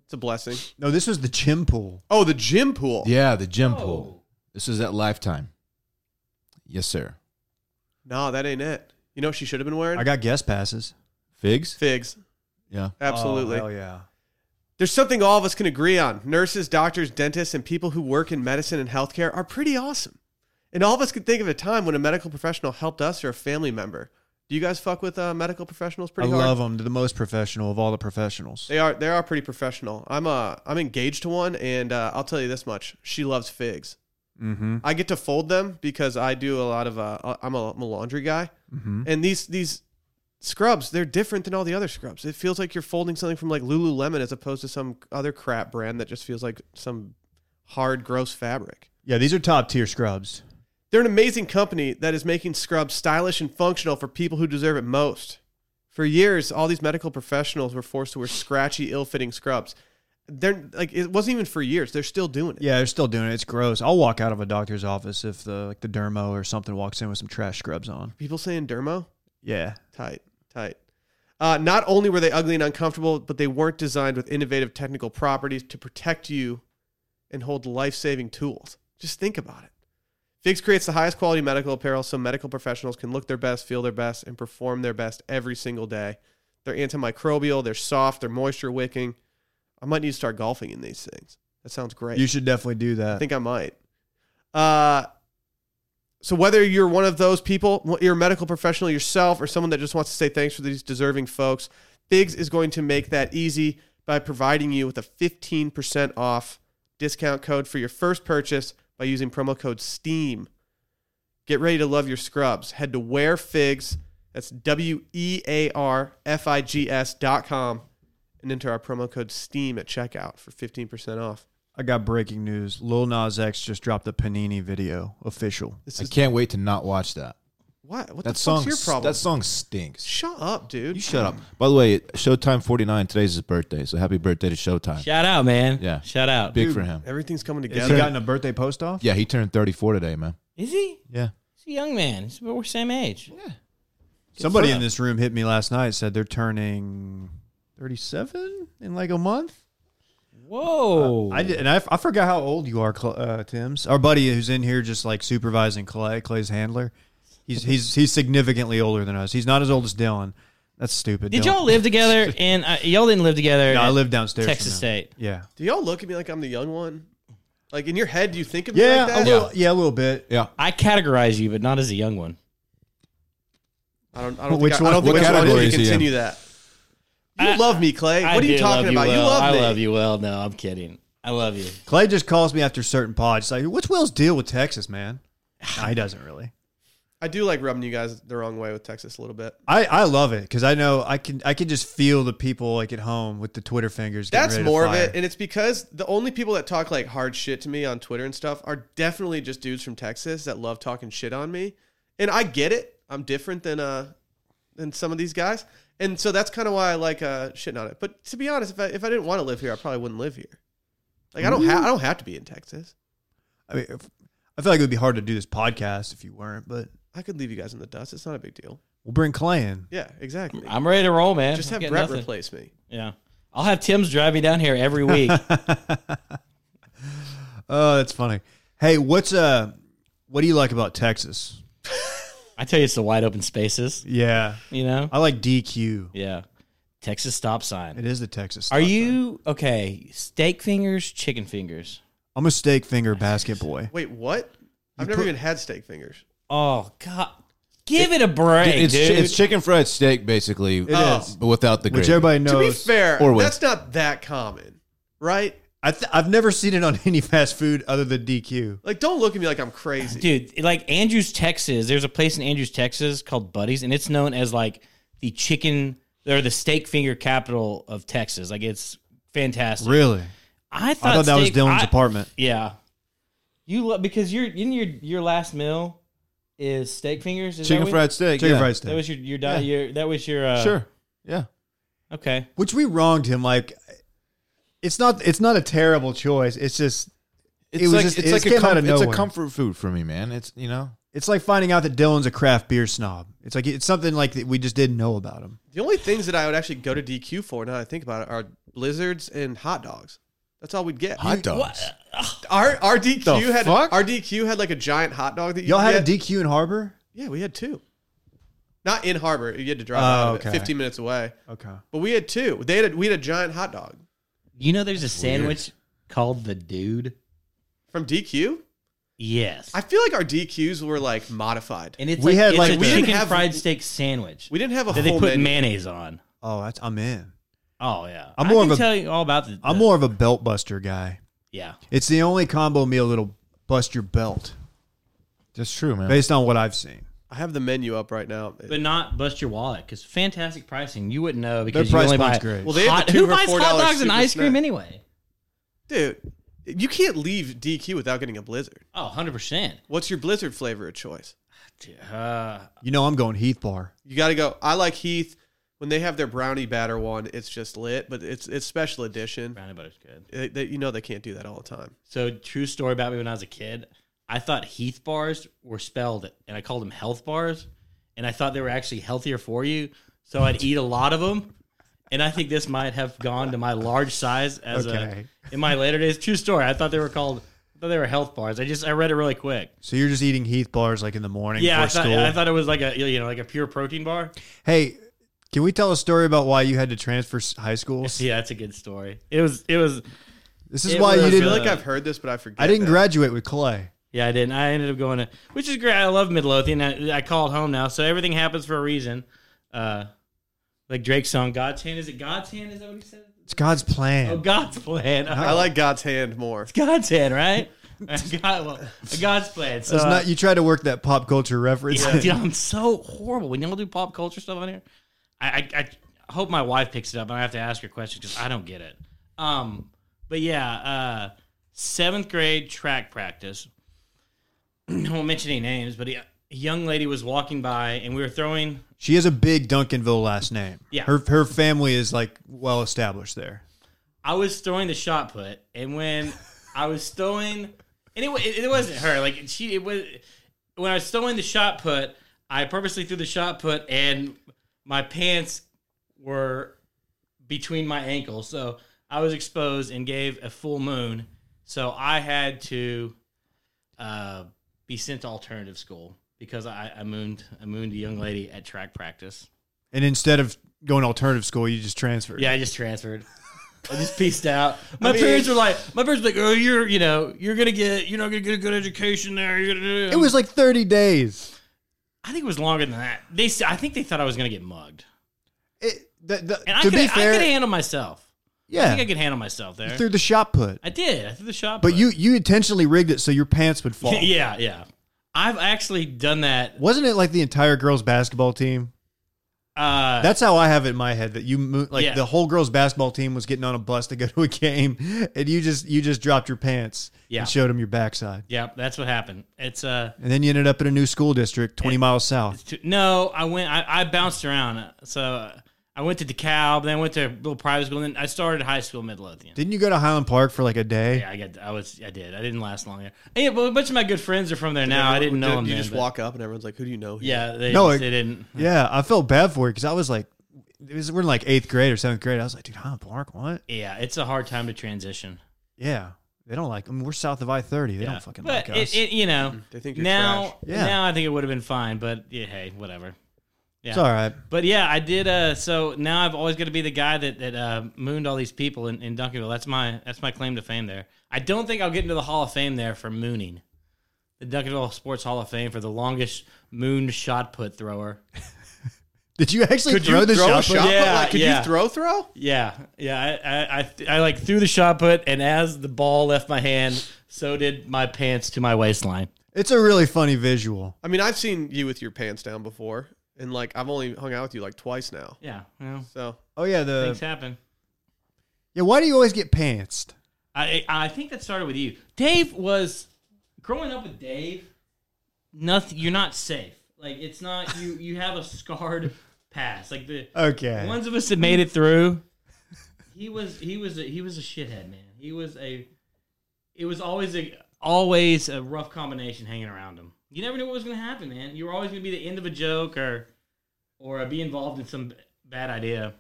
S1: It's a blessing.
S2: No, this was the gym pool.
S1: Oh, the gym pool.
S3: yeah. The gym pool. This is at Lifetime. Yes, sir.
S1: No, that ain't it. You know what she should have been wearing?
S2: I got guest passes.
S3: Figs.
S1: Figs.
S3: Yeah.
S1: Absolutely.
S2: Oh hell yeah.
S1: There's something all of us can agree on. Nurses, doctors, dentists, and people who work in medicine and healthcare are pretty awesome. And all of us can think of a time when a medical professional helped us or a family member. Do you guys fuck with uh, medical professionals pretty
S2: I
S1: hard?
S2: love them. They're the most professional of all the professionals.
S1: They are they are pretty professional. I'm uh I'm engaged to one, and uh, I'll tell you this much: she loves figs.
S2: Mm-hmm.
S1: I get to fold them because I do a lot of uh, I'm a, I'm a laundry guy,
S2: Mm-hmm.
S1: and these these scrubs they're different than all the other scrubs. It feels like you're folding something from like Lululemon as opposed to some other crap brand that just feels like some hard, gross fabric.
S2: Yeah, these are top tier scrubs.
S1: They're an amazing company that is making scrubs stylish and functional for people who deserve it most. For years, all these medical professionals were forced to wear scratchy, ill-fitting scrubs. They're like it wasn't even for years. They're still doing it.
S2: Yeah, they're still doing it. It's gross. I'll walk out of a doctor's office if the like the dermo or something walks in with some trash scrubs on.
S1: People saying dermo.
S2: Yeah.
S1: Tight, tight. Uh, not only were they ugly and uncomfortable, but they weren't designed with innovative technical properties to protect you and hold life saving tools. Just think about it. Figs creates the highest quality medical apparel so medical professionals can look their best, feel their best, and perform their best every single day. They're antimicrobial, they're soft, they're moisture wicking. I might need to start golfing in these things. That sounds great.
S2: You should definitely do that.
S1: I think I might. Uh, so whether you're one of those people, you're a medical professional yourself, or someone that just wants to say thanks for these deserving folks, Figs is going to make that easy by providing you with a 15% off discount code for your first purchase by using promo code STEAM. Get ready to love your scrubs. Head to Wear Figs. That's W E A R F I G S dot com, and enter our promo code STEAM at checkout for 15% off.
S2: I got breaking news. Lil Nas X just dropped the Panini video official.
S1: This
S3: I
S1: is
S3: can't wait to not watch that.
S1: What? What
S3: That
S1: the
S3: song.
S1: fuck's your
S3: s-
S1: problem?
S3: That song stinks.
S1: Shut up, dude.
S3: You shut up. By the way, Showtime 49, today's his birthday, so happy birthday to Showtime.
S4: Shout out, man.
S3: Yeah.
S4: Shout out.
S3: Big for him.
S1: Everything's coming
S2: Has
S1: together.
S2: he gotten a birthday post off?
S3: Yeah, he turned 34 today, man.
S4: Is he?
S3: Yeah.
S4: He's a young man. He's, we're same age.
S2: Somebody
S4: for
S2: in
S4: him.
S2: this room hit me last night. Said they're turning thirty-seven in like a month.
S4: Whoa.
S2: I did, and I, I forgot how old you are, Cl- uh, Tim's. Our buddy who's in here just like supervising Clay, Clay's handler. He's he's he's significantly older than us. He's not as old as Dylan. That's stupid.
S4: Did
S2: Dylan.
S4: y'all live together? And uh, y'all didn't live together.
S2: No, I
S4: at
S2: live downstairs. from
S4: Texas
S2: them.
S4: State.
S2: Yeah.
S1: Do y'all look at me like I'm the young one? Like in your head, do you think of me
S2: Yeah,
S1: like
S2: a
S1: that?
S2: little, yeah, a little bit.
S3: Yeah.
S4: I categorize you, but not as a young one.
S1: I don't. I don't
S2: Which
S1: think. I,
S2: one-
S1: I don't
S3: what
S1: think I want
S3: category
S1: you
S3: is
S1: to
S3: he in?
S1: continue that. You
S4: I-
S1: love me, Clay.
S4: I
S1: what are you
S4: do
S1: talking about?
S4: Will.
S1: you love
S4: I
S1: me.
S4: love you, Will. No, I'm kidding. I love you.
S2: Clay just calls me after certain pods. He's like, what's Will's deal with Texas, man? No, he doesn't really.
S1: I do like rubbing you guys the wrong way with Texas a little bit.
S2: I, I love it because I know I can I can just feel the people like at home with the Twitter fingers. getting
S1: That's
S2: ready to
S1: more of
S2: fire.
S1: it, and it's because the only people that talk like hard shit to me on Twitter and stuff are definitely just dudes from Texas that love talking shit on me. and I get it. I'm different than uh than some of these guys, and so that's kind of why I like uh shitting on it. But to be honest, if I if I didn't want to live here, I probably wouldn't live here. Like I don't have I don't have to be in Texas.
S2: I mean, if, I feel like it would be hard to do this podcast if you weren't, but
S1: I could leave you guys in the dust. It's not a big deal.
S2: we'll bring Clay in.
S1: Yeah, exactly.
S4: I'm ready to roll, man.
S1: Just
S4: I
S1: have
S4: get
S1: Brett
S4: nothing.
S1: replace me.
S4: Yeah. I'll have Tim's drive me down here every week.
S2: Oh, that's funny. Hey, what's uh, what do you like about Texas?
S4: I tell you, it's the wide open spaces.
S2: Yeah,
S4: You know.
S2: I like DQ.
S4: Yeah. Texas stop sign.
S2: It is the Texas.
S4: Are
S2: stop sign.
S4: you okay? Steak fingers, chicken fingers.
S2: I'm a steak finger basket boy.
S1: Wait, what? I've never even had steak fingers.
S4: Oh God, give it, a break,
S3: it's,
S4: dude.
S3: chi- it's chicken fried steak, basically.
S1: Oh.
S2: is.
S3: But without the
S2: Which
S3: gravy.
S2: everybody
S1: To be
S2: knows.
S1: fair,
S3: Or with.
S1: that's not that common, right?
S2: I th- I've never seen it on any fast food other than DQ.
S1: Like, don't look at me like I'm crazy.
S4: dude. Like Andrews, Texas. There's a place in Andrews, Texas called Buddies, and it's known as like the chicken or the steak finger capital of Texas. Like it's fantastic.
S2: Really?
S4: I thought,
S2: I thought that was
S4: steak-
S2: Dylan's
S4: I-
S2: apartment.
S4: Yeah, you love because your in your your last meal is steak fingers. Is
S3: chicken
S4: that what-
S3: fried steak.
S2: Chicken
S3: yeah.
S2: fried
S4: That
S2: steak.
S4: was your your, di- your that was your uh,
S3: Sure. Yeah.
S4: okay.
S2: Which we wronged him. Like, it's not. It's not a terrible choice. It's just.
S3: It's
S2: was
S3: like
S2: just-
S3: it's
S2: it
S3: like
S2: just
S3: a
S2: came out
S3: com-
S2: of
S3: it's a
S2: nowhere.
S3: comfort food for me, man. It's you know
S2: It's like finding out that Dylan's a craft beer snob. It's like it's something like that we just didn't know about him.
S1: The only things that I would actually go to DQ for now that I think about it are blizzards and hot dogs. That's all we'd get.
S3: hot dogs.
S1: Our, our DQ
S2: The
S1: had
S2: fuck?
S1: our DQ had like a giant hot dog that you
S2: Y'all
S1: could
S2: had a
S1: get.
S2: DQ in Harbor.
S1: Yeah, we had two. Not in Harbor. You had to drive
S2: Oh,
S1: out of it,
S2: okay.
S1: 15 minutes away.
S2: Okay.
S1: But we had two. They had a, we had a giant hot dog
S4: You know, there's a sandwich called the Dude.
S1: from DQ.
S4: Yes,
S1: I feel like our DQs were like modified.
S4: and it's
S2: We
S4: like,
S2: had,
S4: it's
S2: like,
S4: a
S2: we didn't
S4: chicken
S1: have-
S4: fried steak sandwich
S1: We didn't have a
S4: that they
S1: whole
S4: put
S1: menu.
S4: mayonnaise on.
S2: Oh, that's I'm in.
S4: Oh yeah,
S2: I'm
S4: I
S2: more
S4: can
S2: of a-
S4: tell you all about the.
S2: I'm
S4: the-
S2: more of a belt buster guy.
S4: yeah.
S2: It's the only combo meal that'll bust your belt,
S3: That's true, man.
S2: based on what I've seen.
S1: I have the menu up right now.
S4: But not bust your wallet because fantastic pricing. You wouldn't know because
S2: price
S4: you only buy
S2: point's great.
S1: Well, they have
S4: hot,
S1: the two
S4: who
S1: for
S4: buys
S1: $4
S4: hot dogs and
S1: super
S4: ice cream
S1: snack.
S4: anyway?
S1: Dude, you can't leave DQ without getting a blizzard.
S4: Oh, 100 percent.
S1: What's your blizzard flavor of choice?
S4: Uh,
S2: You know, I'm going Heath Bar.
S1: You got to go. I like Heath when they have their brownie batter one. It's just lit, but it's it's special edition.
S4: brownie butter's good.
S1: They, they- you know they can't do that all the time.
S4: So true story about me when I was a kid. I thought Heath bars were spelled, and I called them health bars, and I thought they were actually healthier for you. So I'd eat a lot of them, and I think this might have gone to my large size as
S2: Okay.
S4: a in my later days. True story. I thought they were called. I thought they were health bars. I just I read it really quick.
S2: So you're just eating Heath bars like in the morning
S4: Yeah, I
S2: before
S4: thought,
S2: school.
S4: I thought it was like a you know like a pure protein bar.
S2: hey, can we tell a story about why you had to transfer s- high school?
S4: Yeah, that's a good story. It was it was
S2: This is
S4: It
S2: why
S4: was-
S2: you
S4: I
S1: I
S2: didn't.
S1: feel
S4: Uh,
S1: like I've heard this, but I forget.
S2: I didn't
S1: now.
S2: graduate with Clay.
S4: Yeah, I didn't. I ended up going to, which is great. I love Midlothian. I, I call it home now, so everything happens for a reason. Uh, like Drake's song, "God's hand." Is it God's hand? Is that what he said?
S2: It's God's plan.
S4: Oh, God's plan.
S1: I like God's hand more.
S4: God's hand, right? God, well, God's plan. So,
S2: That's
S4: uh,
S2: not. You try to work that pop culture reference.
S4: yeah, dude, I'm so horrible when y'all do pop culture stuff on here. I, I, I hope my wife picks it up, and I have to ask her questions because I don't get it. Um, but yeah, uh, seventh grade track practice. I won't mention any names, but a a young lady was walking by, and we were throwing.
S2: she has a big Duncanville last name.
S4: Yeah.
S2: Her her family is like well established there.
S4: I was throwing the shot put, and when I was throwing, and it, wa- it, it wasn't her. Like she, it was when I was throwing the shot put. I purposely threw the shot put, and my pants were between my ankles, so I was exposed and gave a full moon. So I had to uh, be sent to alternative school because I, I mooned I mooned a young lady at track practice.
S2: And instead of going to alternative school, you just transferred.
S4: Yeah, I just transferred. I just pieced out. My
S1: mean-
S4: parents were like, my parents were like, oh, you're, you know, you're gonna get, you're not gonna get a good education there. You're gonna do.
S2: It was like 30 days.
S4: I think it was longer than that. They, s- I think they thought I was gonna get mugged.
S2: It, the, the,
S4: And I
S2: to
S4: could,
S2: be
S4: I
S2: fair,
S4: could handle myself. I
S2: yeah,
S4: think I could handle myself there.
S2: through the shot put.
S4: I did. I threw the shot.
S2: But
S4: put.
S2: you you intentionally rigged it so your pants would fall.
S4: yeah, yeah. I've actually done that.
S2: Wasn't it like the entire girls basketball team?
S4: Uh,
S2: That's how I have it in my head that you mo- like
S4: Yeah.
S2: the whole girls basketball team was getting on a bus to go to a game, and you just you just dropped your pants.
S4: Yeah.
S2: and showed them your backside.
S4: Yep, that's what happened. It's uh
S2: And then you ended up in a new school district 20 miles south.
S4: to- no, I went. I, I bounced around. So uh, I went to DeKalb, then I went to a little private school, and then I started high school in Midlothian.
S2: Didn't you go to Highland Park for like a day?
S4: yeah, I got. I was. I did. I didn't last long there. Yeah, but a bunch of my good friends are from there now. I didn't know
S1: Did
S4: them.
S1: You
S4: then,
S1: just
S4: but-
S1: walk up and everyone's like, "Who do you know?" here?"
S4: Yeah, they,
S2: No,
S4: they
S2: it-
S4: didn't.
S2: Yeah, I felt bad for it because I was like, it was, we're in like eighth grade or seventh grade. I was like, dude, Highland Park, what?
S4: Yeah, it's a hard time to transition.
S2: Yeah, they don't like. I mean, we're south of I thirty. They
S4: Yeah.
S2: don't fucking
S4: but
S2: like us.
S4: It, it, you know,
S1: Mm-hmm. They think you're
S4: now,
S1: trash.
S2: Yeah.
S4: now I think it would have been fine. But yeah, hey, whatever.
S2: It's all right.
S4: But yeah, I did. Uh, so now I've always got to be the guy that that uh, mooned all these people in, in Duncanville. That's my that's my claim to fame there. I don't think I'll get into the Hall of Fame there for mooning. The Duncanville Sports Hall of Fame for the longest moon shot put thrower.
S2: Did you actually
S1: Could
S2: throw
S1: you
S2: the
S1: throw a
S2: shot? put?
S1: shot? put?
S4: Yeah,
S1: like, could
S4: yeah.
S1: you throw throw?
S4: Yeah, yeah. I I, I, I like threw the shot put, and as the ball left my hand, so did my pants to my waistline.
S2: It's a really funny visual.
S1: I mean, I've seen you with your pants down before, and like I've only hung out with you like twice now.
S4: Yeah, well,
S1: So
S2: Oh yeah,
S4: things
S2: the
S4: happen.
S2: yeah. Why do you always get pantsed?
S4: I I think that started with you. Dave was growing up with Dave. Nothing. You're not safe. Like it's not you. You have a scarred past. Like the
S2: Okay.
S4: ones of us that made it through. He was he was a, he was a shithead man. He was a. It was always a always a rough combination hanging around him. You never knew what was going to happen, man. You were always going to be the end of a joke or, or be involved in some b- bad idea.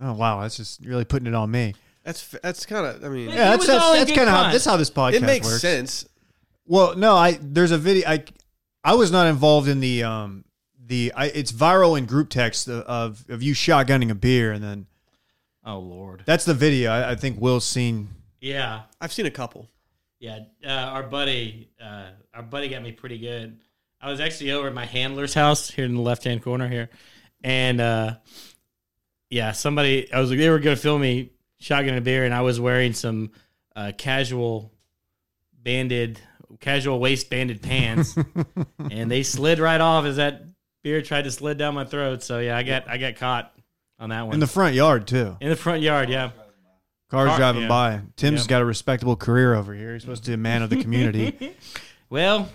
S2: oh wow, that's just really putting it on me.
S1: that's that's kind of. I mean,
S2: Yeah,
S4: Yeah, It
S2: that's
S4: was
S2: that's,
S4: all in
S2: that's
S4: good
S2: kind of how
S4: fun.
S2: that's how this podcast
S1: it makes
S2: works.
S1: sense.
S2: Well, no, I there's a video. I I was not involved in the um the I, it's viral in group text of of you shotgunning a beer and then
S4: Oh lord.
S2: that's the video. I, I think Will's seen.
S4: Yeah.
S1: I've seen a couple.
S4: Yeah, uh, our buddy, uh, our buddy got me pretty good. I was actually over at my handler's house here in the left hand corner here, and uh, yeah, somebody I was like they were gonna film me shotgun a beer, and I was wearing some uh, casual banded, casual waist banded pants, and they slid right off as that beer tried to slid down my throat. So yeah, I got I got caught on that one
S2: in the front yard too.
S4: in the front yard. Yeah,
S2: Cars
S4: Car-
S2: driving
S4: yeah.
S2: by. Tim's
S4: Yeah.
S2: got a respectable career over here. He's supposed to be a man of the community.
S4: well,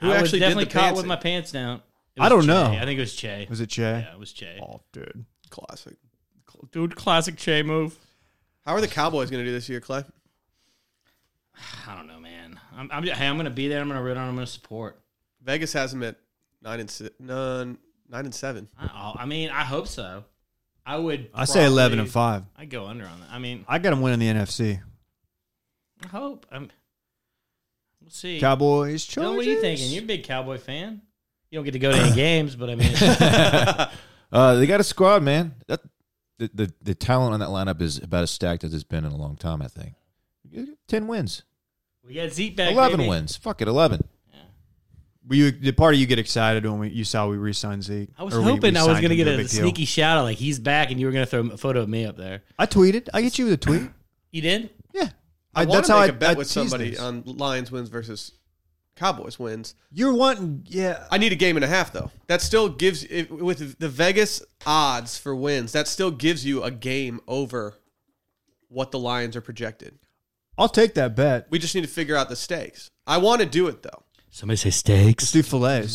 S1: Who
S4: I was
S1: actually did
S4: definitely
S1: the
S4: caught
S1: pants
S4: with
S1: in?
S4: my pants down. It
S2: I
S4: was
S2: don't
S4: Che.
S2: know.
S4: I think it was Che.
S2: Was it Che?
S4: Yeah, it was Che.
S2: Oh, dude.
S1: Classic.
S4: Dude, classic Che move.
S1: How are the Cowboys going to do this year, Clay?
S4: I don't know, man. I'm, I'm just, hey, I'm gonna be there. I'm gonna root on. I'm gonna support.
S1: Vegas has them at nine and si- none, nine and seven.
S4: I, I'll- I mean, I hope so. I would.
S2: I say eleven and
S4: probably-
S2: five.
S4: I'd go under on that. I mean,
S2: I got him winning the NFC.
S4: I hope. I'm, we'll see.
S2: Cowboys. Chargers.
S4: Dylan, what are you thinking? You're a big Cowboy fan. You don't get to go to any games, but I mean,
S3: uh, they got a squad, man. That the, the the talent on that lineup is about as stacked as it's been in a long time. I think ten wins,
S4: we got Zeke back.
S3: eleven
S4: baby.
S3: wins. Fuck it, eleven.
S2: Were you the part of you get excited when we, you saw we re-signed Zeke?
S4: I was
S2: Or we-
S4: hoping
S2: we
S4: I was
S2: signed
S4: going to
S2: him
S4: get
S2: no
S4: a
S2: big deal.
S4: sneaky shout out like he's back, and you were going to throw a photo of me up there.
S2: I tweeted. I get you with a tweet.
S4: You did?
S2: Yeah.
S1: I want
S2: that's
S1: to
S2: how
S1: make
S2: I-
S1: a bet
S2: I
S1: with
S2: tease
S1: somebody
S2: this.
S1: on Lions wins versus Cowboys wins.
S2: You're wanting, yeah.
S1: I need a game and a half though. That still gives if, with the Vegas odds for wins. That still gives you a game over what the Lions are projected.
S2: I'll take that bet.
S1: We just need to figure out the stakes. I want to do it though.
S4: Somebody say steaks.
S2: Let's do fillets.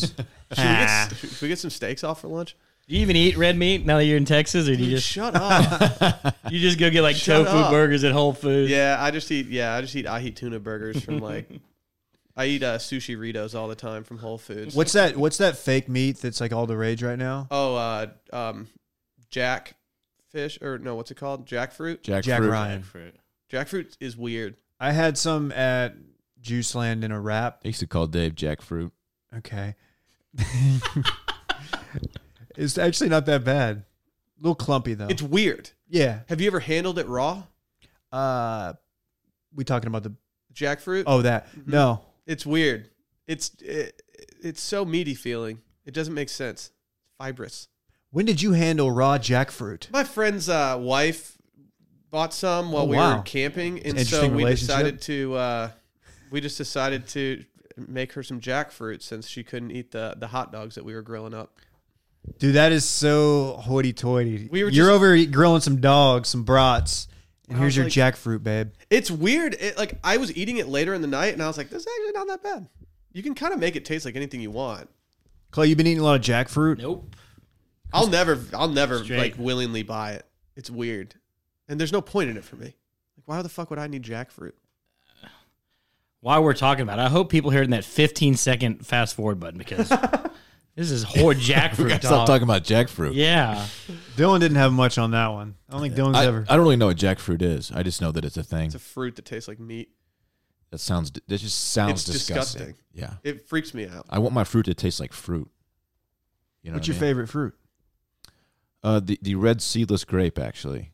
S1: Should, we, get, should- should we get some steaks off for lunch?
S4: Do you even eat red meat now that you're in Texas, or do you
S1: Dude,
S4: just
S1: shut up.
S4: you just go get like
S1: Shut
S4: tofu
S1: up.
S4: burgers at Whole Foods?
S1: yeah, I just eat. Yeah, I just eat. I eat tuna burgers from like. I eat uh, sushi Ritos all the time from Whole Foods.
S2: what's that? What's that fake meat that's like all the rage right now?
S1: Oh, uh, um, Jack fish or no, what's it called? Jackfruit.
S3: Jack,
S2: Jack
S3: Fruit.
S2: Ryan.
S4: Fruit.
S1: Jackfruit is weird.
S2: I had some at Juice Land in a wrap.
S3: They used to call Dave Jack Fruit.
S2: Okay. it's actually not that bad. A little clumpy though.
S1: It's weird.
S2: yeah.
S1: Have you ever handled it raw?
S2: Uh, we talking about the
S1: Jackfruit.
S2: oh that
S1: Mm-hmm.
S2: no
S1: It's weird. It's it, it's so meaty feeling. It doesn't make sense. Fibrous.
S2: when did you handle raw jackfruit?
S1: My friend's uh, wife bought some while
S2: Oh,
S1: we
S2: wow.
S1: were camping, and
S2: Interesting
S1: so we
S2: relationship.
S1: decided to uh, we just decided to make her some jackfruit since she couldn't eat the the hot dogs that we were grilling up.
S2: Dude, that is so hoity-toity.
S1: We were
S2: You're
S1: just-
S2: over grilling some dogs, some brats, And here's your
S1: like-
S2: jackfruit, babe.
S1: It's weird. It, like I was eating it later in the night, and I was like, "This is actually not that bad." You can kind of make it taste like anything you want.
S2: Clay, you've been eating a lot of jackfruit.
S4: Nope.
S1: I'll never, I'll never
S4: Straight.
S1: like willingly buy it. It's weird, and there's no point in it for me. Like, why the fuck would I need jackfruit?
S4: While we're talking about it, I hope people hearing that 15 second fast forward button because this is whore
S3: We
S4: jackfruit.
S3: gotta stop
S4: dog.
S3: talking about jackfruit.
S4: Yeah.
S2: Dylan didn't have much on that one. I don't think Dylan's
S3: I,
S2: ever.
S3: I don't really know what jackfruit is. I just know that it's a thing.
S1: It's a fruit that tastes like meat.
S3: that sounds. That just sounds
S1: It's disgusting.
S3: Yeah,
S1: It freaks me out.
S3: I want my fruit to taste like fruit. You know
S2: What's your
S3: what I mean?
S2: favorite fruit?
S3: Uh, the the red seedless grape. Actually,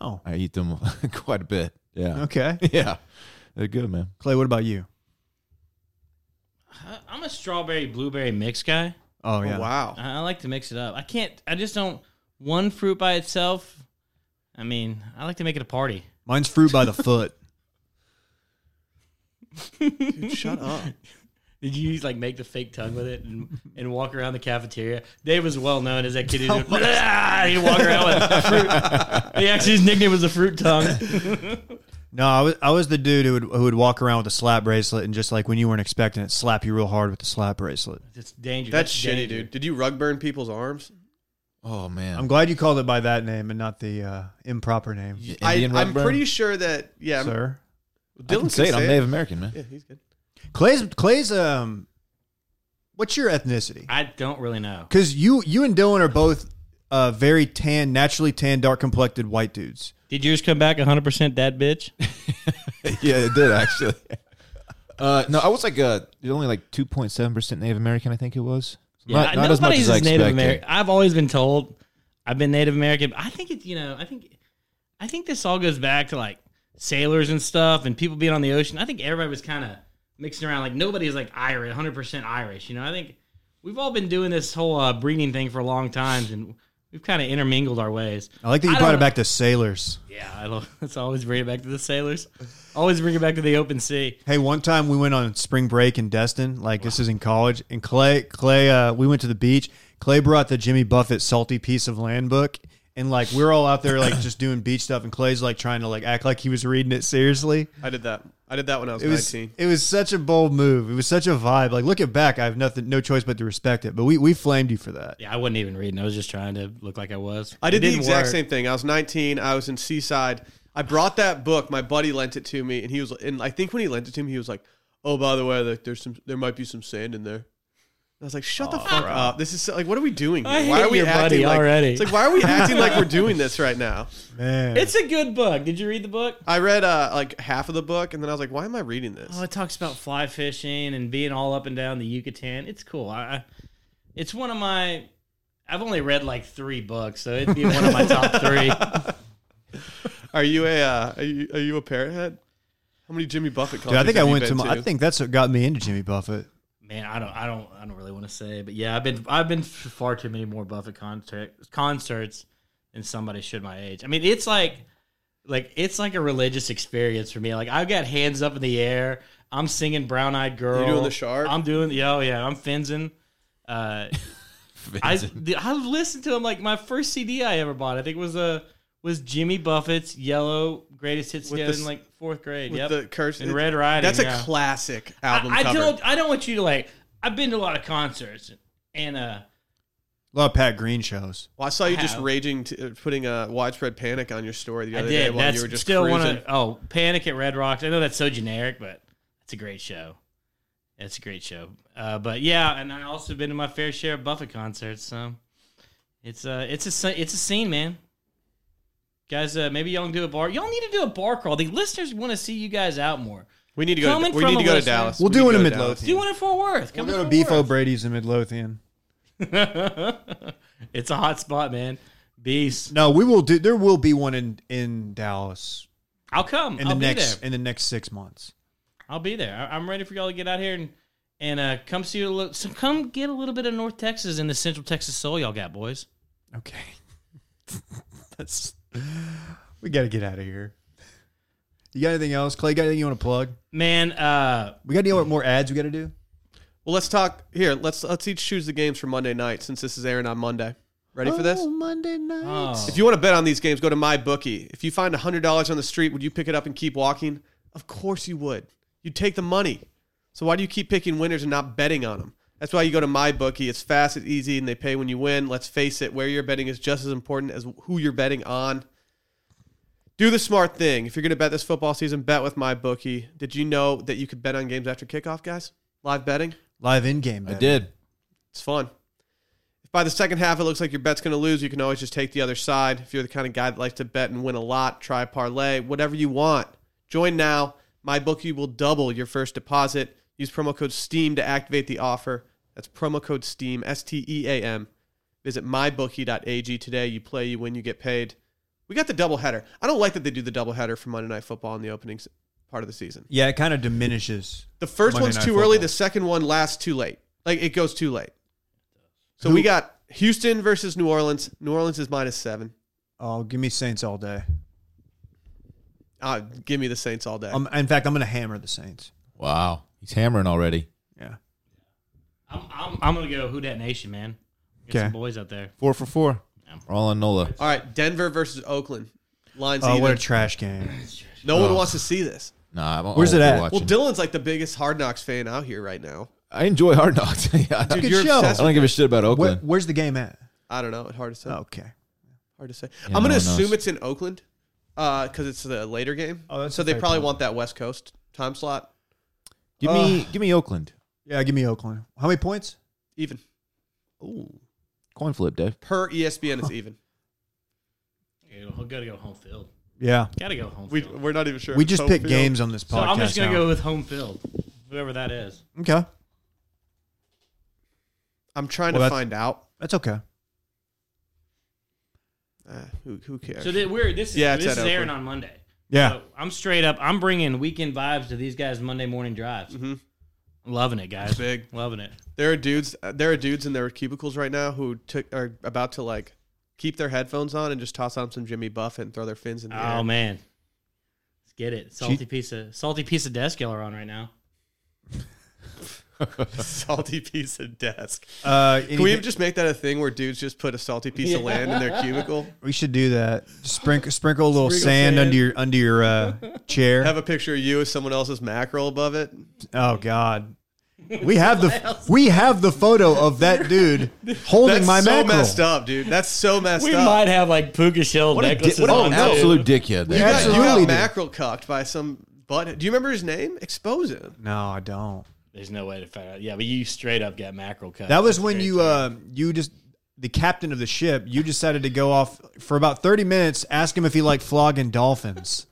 S2: Oh,
S3: I eat them quite a bit. Yeah,
S2: okay.
S3: yeah, they're good, man.
S2: Clay, what about you?
S4: I- I'm a strawberry blueberry mix guy.
S2: Oh yeah.
S1: wow.
S4: I I like to mix it up. I can't. I just don't. One fruit by itself. I mean, I like to make it a party.
S2: Mine's fruit by the foot.
S1: Dude, shut up.
S4: Did you like make the fake tongue with it and, and walk around the cafeteria? Dave was well known as that kid who did, "Blah!" he'd walk around with fruit. He actually his nickname was the fruit tongue.
S2: No, I was I was the dude who would who would walk around with a slap bracelet and just like when you weren't expecting it, slap you real hard with the slap bracelet.
S4: It's dangerous.
S1: That's shitty,
S4: danger.
S1: dude. Did you rug burn people's arms?
S3: Oh man,
S2: I'm glad you called it by that name and not the uh, improper name,
S3: Y-
S1: I,
S3: Indian rug
S1: I'm
S3: burn?
S1: pretty sure that yeah. I'm-
S2: sir.
S1: Dylan
S3: I can say it. I'm
S1: it.
S3: Native American, man.
S1: Yeah, he's good.
S2: Clay's Clay's um, what's your ethnicity?
S4: I don't really know.
S2: Because you you and Dylan are both uh, very tan, naturally tan, dark complected white dudes.
S4: Did yours come back 100 percent dad bitch?
S3: yeah, it did actually. Uh, no, I was like uh, only like two point seven percent Native American. I think it was.
S4: Yeah,
S3: not as much
S4: nobody's
S3: as I
S4: is Native
S3: expected.
S4: American. I've always been told I've been Native American. I think it's you know I think I think this all goes back to like sailors and stuff and people being on the ocean. I think everybody was kind of mixing around. Like nobody's like Irish, 100 percent Irish. You know, I think we've all been doing this whole uh, breeding thing for a long time and we've kind of intermingled our ways.
S2: I like that you
S4: I
S2: brought
S4: don't-
S2: it back to sailors.
S4: Yeah, I love. Let's always bring it back to the sailors. Always bring it back to the open sea.
S2: Hey, one time we went on spring break in Destin, like this is in college, and Clay, Clay, uh, we went to the beach. Clay brought the Jimmy Buffett salty piece of land book, and like we're all out there like just doing beach stuff, and Clay's like trying to like act like he was reading it seriously.
S1: I did that. I did that when I was,
S2: It was
S1: 19.
S2: it was such a bold move. It was such a vibe. Like looking back, I have nothing, no choice but to respect it. But we we flamed you for that.
S4: Yeah, I wasn't even reading. I was just trying to look like I was.
S1: I did
S4: It
S1: the
S4: didn't
S1: exact
S4: work.
S1: same thing. I was 19. I was in Seaside. I brought that book. My buddy lent it to me, and he was. And I think when he lent it to me, he was like, "Oh, by the way, like, there's some. There might be some sand in there." And I was like, "Shut the fuck up! This is so- like, what are we doing? Here?
S4: I
S1: why
S4: hate
S1: are we
S4: your
S1: acting
S4: buddy
S1: like?
S4: already.
S1: It's like why are we acting like we're doing this right now?"
S2: Man,
S4: It's a good book. Did you read the book?
S1: I read uh, like half of the book, and then I was like, "Why am I reading this?"
S4: Oh, it talks about fly fishing and being all up and down the Yucatan. It's cool. I, I it's one of my. I've only read like three books, so it'd be one of my top three.
S1: Are you a uh, are you are you a parrot head? How many Jimmy Buffett
S2: dude,
S1: concerts?
S2: I think I
S1: have you
S2: went
S1: been
S2: to. My, I think that's what got me into Jimmy Buffett.
S4: Man, I don't, I don't, I don't really want to say, but yeah, I've been, I've been to far too many more Buffett concert, concerts than somebody should my age. I mean, it's like, like it's like a religious experience for me. Like I've got hands up in the air. I'm singing Brown Eyed Girl.
S1: doing the shark?
S4: I'm doing, yo, yeah, I'm finzing. Uh, I, the- I've listened to him like my first CD I ever bought. I think was a was Jimmy Buffett's Yellow Greatest Hits
S1: With
S4: together
S1: the
S4: in
S1: s-
S4: like fourth grade.
S1: with
S4: Yep,
S1: the curse
S4: in Red Riding.
S1: That's a
S4: yeah.
S1: classic
S4: I-
S1: album
S4: I,
S1: cover.
S4: don't. I don't want you to like. I've been to a lot of concerts, and uh,
S2: A lot of Pat Green shows.
S1: Well, I saw you just
S4: How?
S1: raging, to, uh, putting a widespread panic on your story the
S4: I
S1: other day
S4: did.
S1: while
S4: That's
S1: you were just
S4: still
S1: cruising.
S4: one of oh Panic at Red Rocks. I know that's so generic, but it's a great show. It's a great show. Uh, but yeah, and I also been to my fair share of Buffett concerts. So it's a it's a sce- it's a scene, man. Guys, uh, maybe y'all can do a bar. Y'all need to do a bar crawl. The listeners want to see you go guys out more.
S1: we need to go. To,
S4: Coming
S1: we
S4: from
S1: need to
S4: a
S1: go to
S4: listener.
S1: Dallas.
S2: We'll
S1: We
S2: do
S1: need
S2: it
S1: to
S2: in
S1: go to
S2: Midlothian.
S4: Do one in Fort Worth.
S2: We'll
S4: Come
S2: go to
S4: Fort
S2: Beef
S4: Worth.
S2: O'Brady's in Midlothian.
S4: it's a hot spot, man. Beast.
S2: No, we will do. There will be one in in Dallas
S4: I'll come.
S2: in
S4: I'll
S2: the
S4: be
S2: next
S4: there.
S2: in the next six months.
S4: I'll be there. I- I'm ready for y'all to get out here and and uh, come see a little. So come get a little bit of North Texas and the Central Texas soul y'all got, boys.
S2: Okay, that's we got to get out of here. You got anything else, Clay? Got anything you want to plug?
S4: Man, uh,
S2: We got any other- more ads we got to do?
S1: Well, let's talk here. Let's let's each choose the games for Monday night since this is airing on Monday. Ready for this?
S2: Oh, Monday night.
S4: Oh.
S1: If you want to bet on these games, go to my bookie. If you find $100 on the street, would you pick it up and keep walking? Of course you would. You'd take the money. So why do you keep picking winners and not betting on them? That's why you go to my bookie. It's fast, it's easy, and they pay when you win. Let's face it, where you're betting is just as important as who you're betting on. Do the smart thing. If you're going to bet this football season, bet with my bookie. Did you know that you could bet on games after kickoff, guys? Live betting?
S2: Live in game.
S3: I did.
S1: It's fun. If by the second half it looks like your bet's going to lose, you can always just take the other side. If you're the kind of guy that likes to bet and win a lot, try a parlay, whatever you want. Join now. My bookie will double your first deposit. Use promo code STEAM to activate the offer. That's promo code STEAM, S T E A M. Visit mybookie.ag today. You play, you win, you get paid. We got the doubleheader. I don't like that they do the doubleheader for Monday Night Football in the opening s- part of the season.
S2: Yeah, it kind of diminishes.
S1: The first
S2: Monday
S1: one's
S2: Night
S1: too early.
S2: Football.
S1: The second one lasts too late. Like it goes too late. So we got Houston versus New Orleans. New Orleans is minus seven.
S2: Oh, give me Saints all day.
S1: Uh, give me the Saints all day.
S2: Um, in fact, I'm going to hammer the Saints.
S3: Wow. He's hammering already.
S2: Yeah.
S4: I'm, I'm, I'm gonna go Who Dat Nation, man. Get
S2: Okay.
S4: some boys out there.
S3: Four for four.
S4: Yeah.
S3: We're all on Nola.
S1: all right, Denver versus Oakland. Lines
S2: Oh,
S1: either.
S2: what a trash game.
S1: no one
S3: Oh.
S1: wants to see this.
S3: Nah, I'm
S2: Where's it
S3: I'll be
S2: at?
S1: Well,
S3: watching.
S1: Dylan's like the biggest Hard Knocks fan out here right now.
S3: I enjoy Hard Knocks. Yeah, I,
S1: Dude,
S3: don't,
S2: Good
S1: you're
S2: show.
S3: I
S1: obsessed.
S3: don't
S1: With,
S3: give a shit about
S2: Where,
S3: Oakland.
S2: where's the game at?
S1: I don't know. It's hard to say.
S2: Oh, okay.
S1: Hard to say.
S3: Yeah,
S1: I'm
S3: no
S1: gonna
S3: one knows.
S1: assume it's in Oakland because it's the later game.
S2: Oh, that's
S1: so
S2: a
S1: they
S2: fair
S1: probably
S2: point.
S1: want that West Coast time slot
S3: give me, give me Oakland.
S2: Yeah, give me Oakland. How many points?
S1: even
S3: Ooh, coin flip, Dave.
S1: per E ESPN is even.
S4: Yeah, we gotta go home field.
S2: Yeah.
S4: Gotta go home
S1: We,
S4: field.
S1: we're not even sure.
S2: We just
S1: Home
S2: pick
S1: field.
S2: games on this
S4: so
S2: podcast.
S4: I'm just gonna
S2: now.
S4: go with home field, whoever that is.
S2: Okay.
S1: I'm trying
S2: Well,
S1: to
S2: that's-
S1: find out.
S2: That's okay.
S1: Uh, who, who cares?
S4: So th- we're this is
S1: Yeah, it's
S4: this is
S1: at
S4: airing
S1: Oakland.
S4: on Monday.
S2: Yeah.
S4: So I'm straight up. I'm bringing weekend vibes to these guys Monday morning drives.
S1: Mhm.
S4: Loving it, guys.
S1: It's big.
S4: Loving it.
S1: There are dudes. uh, There are dudes in their cubicles right now who took are about to like keep their headphones on and just toss on some Jimmy Buffett and throw their fins in the air.
S4: Oh man, let's get it. Salty piece of salty piece of desk killer on right now.
S1: Salty piece of desk.
S2: Uh,
S1: Can we
S2: anything-
S1: just make that a thing where dudes just put a salty piece of land in their cubicle?
S2: we should do that. Sprinkle sprinkle a little
S4: Sprinkle
S2: sand,
S4: sand.
S2: under your under your uh, chair.
S1: Have a picture of you with someone else's mackerel above it.
S2: oh God. We have the we have the photo of that dude holding
S1: That's
S2: my
S1: so
S2: mackerel.
S1: messed up, dude. That's so messed
S4: We
S1: up.
S4: might have like puka shell
S3: What, a di-
S4: necklaces
S3: what
S4: on
S3: an
S4: too.
S3: absolute dickhead.
S1: you
S3: There.
S1: got, you got
S2: Absolutely.
S1: mackerel cucked by some butt. Do you remember his name? Expose him.
S2: No, I don't.
S4: There's no way to find out. Yeah, but you straight up got mackerel cut.
S2: That was
S4: That's
S2: when
S4: great.
S2: you uh, you just the captain of the ship. You decided to go off for about thirty minutes. Ask him if he liked flogging dolphins.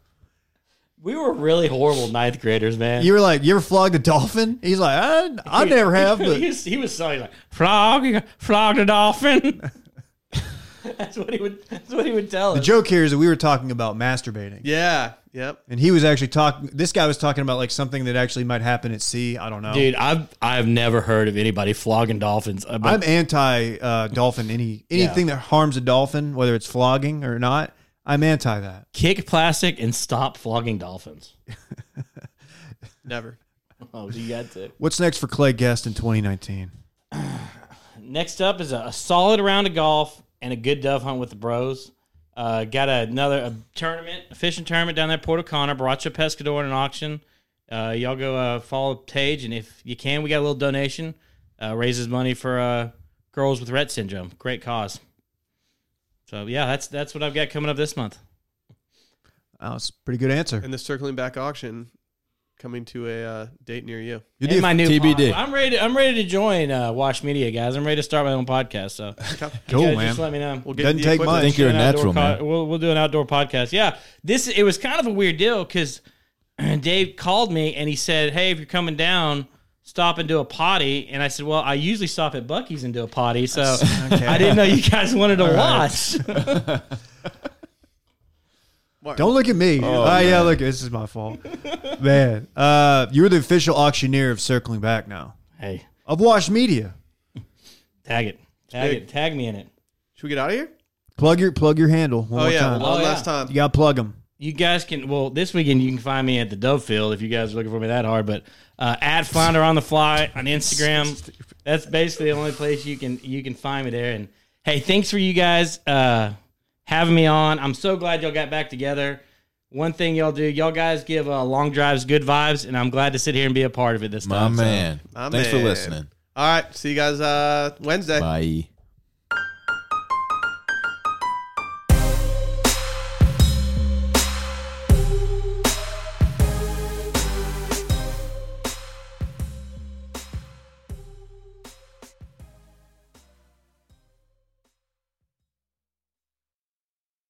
S4: we were really horrible ninth graders, man.
S2: You were like, "You ever flogged a dolphin?" He's like, "I, I never have."
S4: he,
S2: But
S4: was, he was so he's like frog, frog the dolphin. that's what he would. That's what he would tell
S2: the
S4: us.
S2: joke here is that we were talking about masturbating,
S1: Yeah. Yep.
S2: and he was actually talking. This guy was talking about like something that actually might happen at sea. I don't know.
S4: Dude, I've I've never heard of anybody flogging dolphins. But
S2: I'm anti uh, dolphin. Any anything that harms a dolphin, whether it's flogging or not, I'm anti that.
S4: kick plastic and stop flogging dolphins.
S1: Never.
S4: Oh, you got to.
S2: What's next for Clay Guest in 2019?
S4: Next up is a, a solid round of golf and a good dove hunt with the bros. Uh, got another a tournament, a fishing tournament down there, at Port O'Connor. Brought you a pescador in an auction. Uh, y'all go uh, follow Tage, and if you can, we got a little donation. Uh, raises money for uh, girls with Rett syndrome. Great cause. So yeah, that's that's what I've got coming up this month.
S2: Oh, that's a pretty good answer.
S1: And the circling back auction coming to a uh, date near you.
S3: You
S4: And
S3: did
S4: my new
S3: TBD.
S4: pod- I'm ready. To, I'm ready to join uh, Watch Media, guys. I'm ready to start my own podcast. So
S2: Cool,
S4: you guys
S2: man.
S4: Just let me know.
S1: We'll get
S2: Doesn't
S1: the
S2: take
S1: equipment.
S3: I think
S2: much.
S3: you're a
S4: an outdoor
S3: natural, man.
S4: pod- We'll we'll do an outdoor podcast. Yeah, this it was kind of a weird deal because Dave called me and he said, "Hey, if you're coming down, stop and do a potty." And I said, "Well, I usually stop at Bucky's and do a potty, so I didn't know you guys wanted to watch."
S2: Don't look at me. Oh, yeah, look, this is my fault, man. Uh, you're the official auctioneer of circling back now
S4: hey,
S2: of Wash Media.
S4: tag it, tag
S1: big.
S4: it, tag me in it.
S1: Should we get out of here?
S2: Plug your plug your handle one
S1: Oh
S2: more
S1: yeah,
S2: time.
S1: well, one
S4: Oh, yeah.
S1: last time.
S2: you gotta plug them.
S4: You guys can well this weekend you can find me at the Dove Field if you guys are looking for me that hard, but uh, at Flounder on the Fly on Instagram. That's basically the only place you can you can find me there. And Hey, thanks for you guys uh, having me on. I'm so glad y'all got back together. One thing y'all do, y'all guys give uh, long drives good vibes, and I'm glad to sit here and be a part of it this
S3: My
S4: time. so-
S3: man.
S1: My
S3: Thanks for
S1: man.
S3: listening.
S1: All right. See you guys uh, Wednesday.
S3: Bye.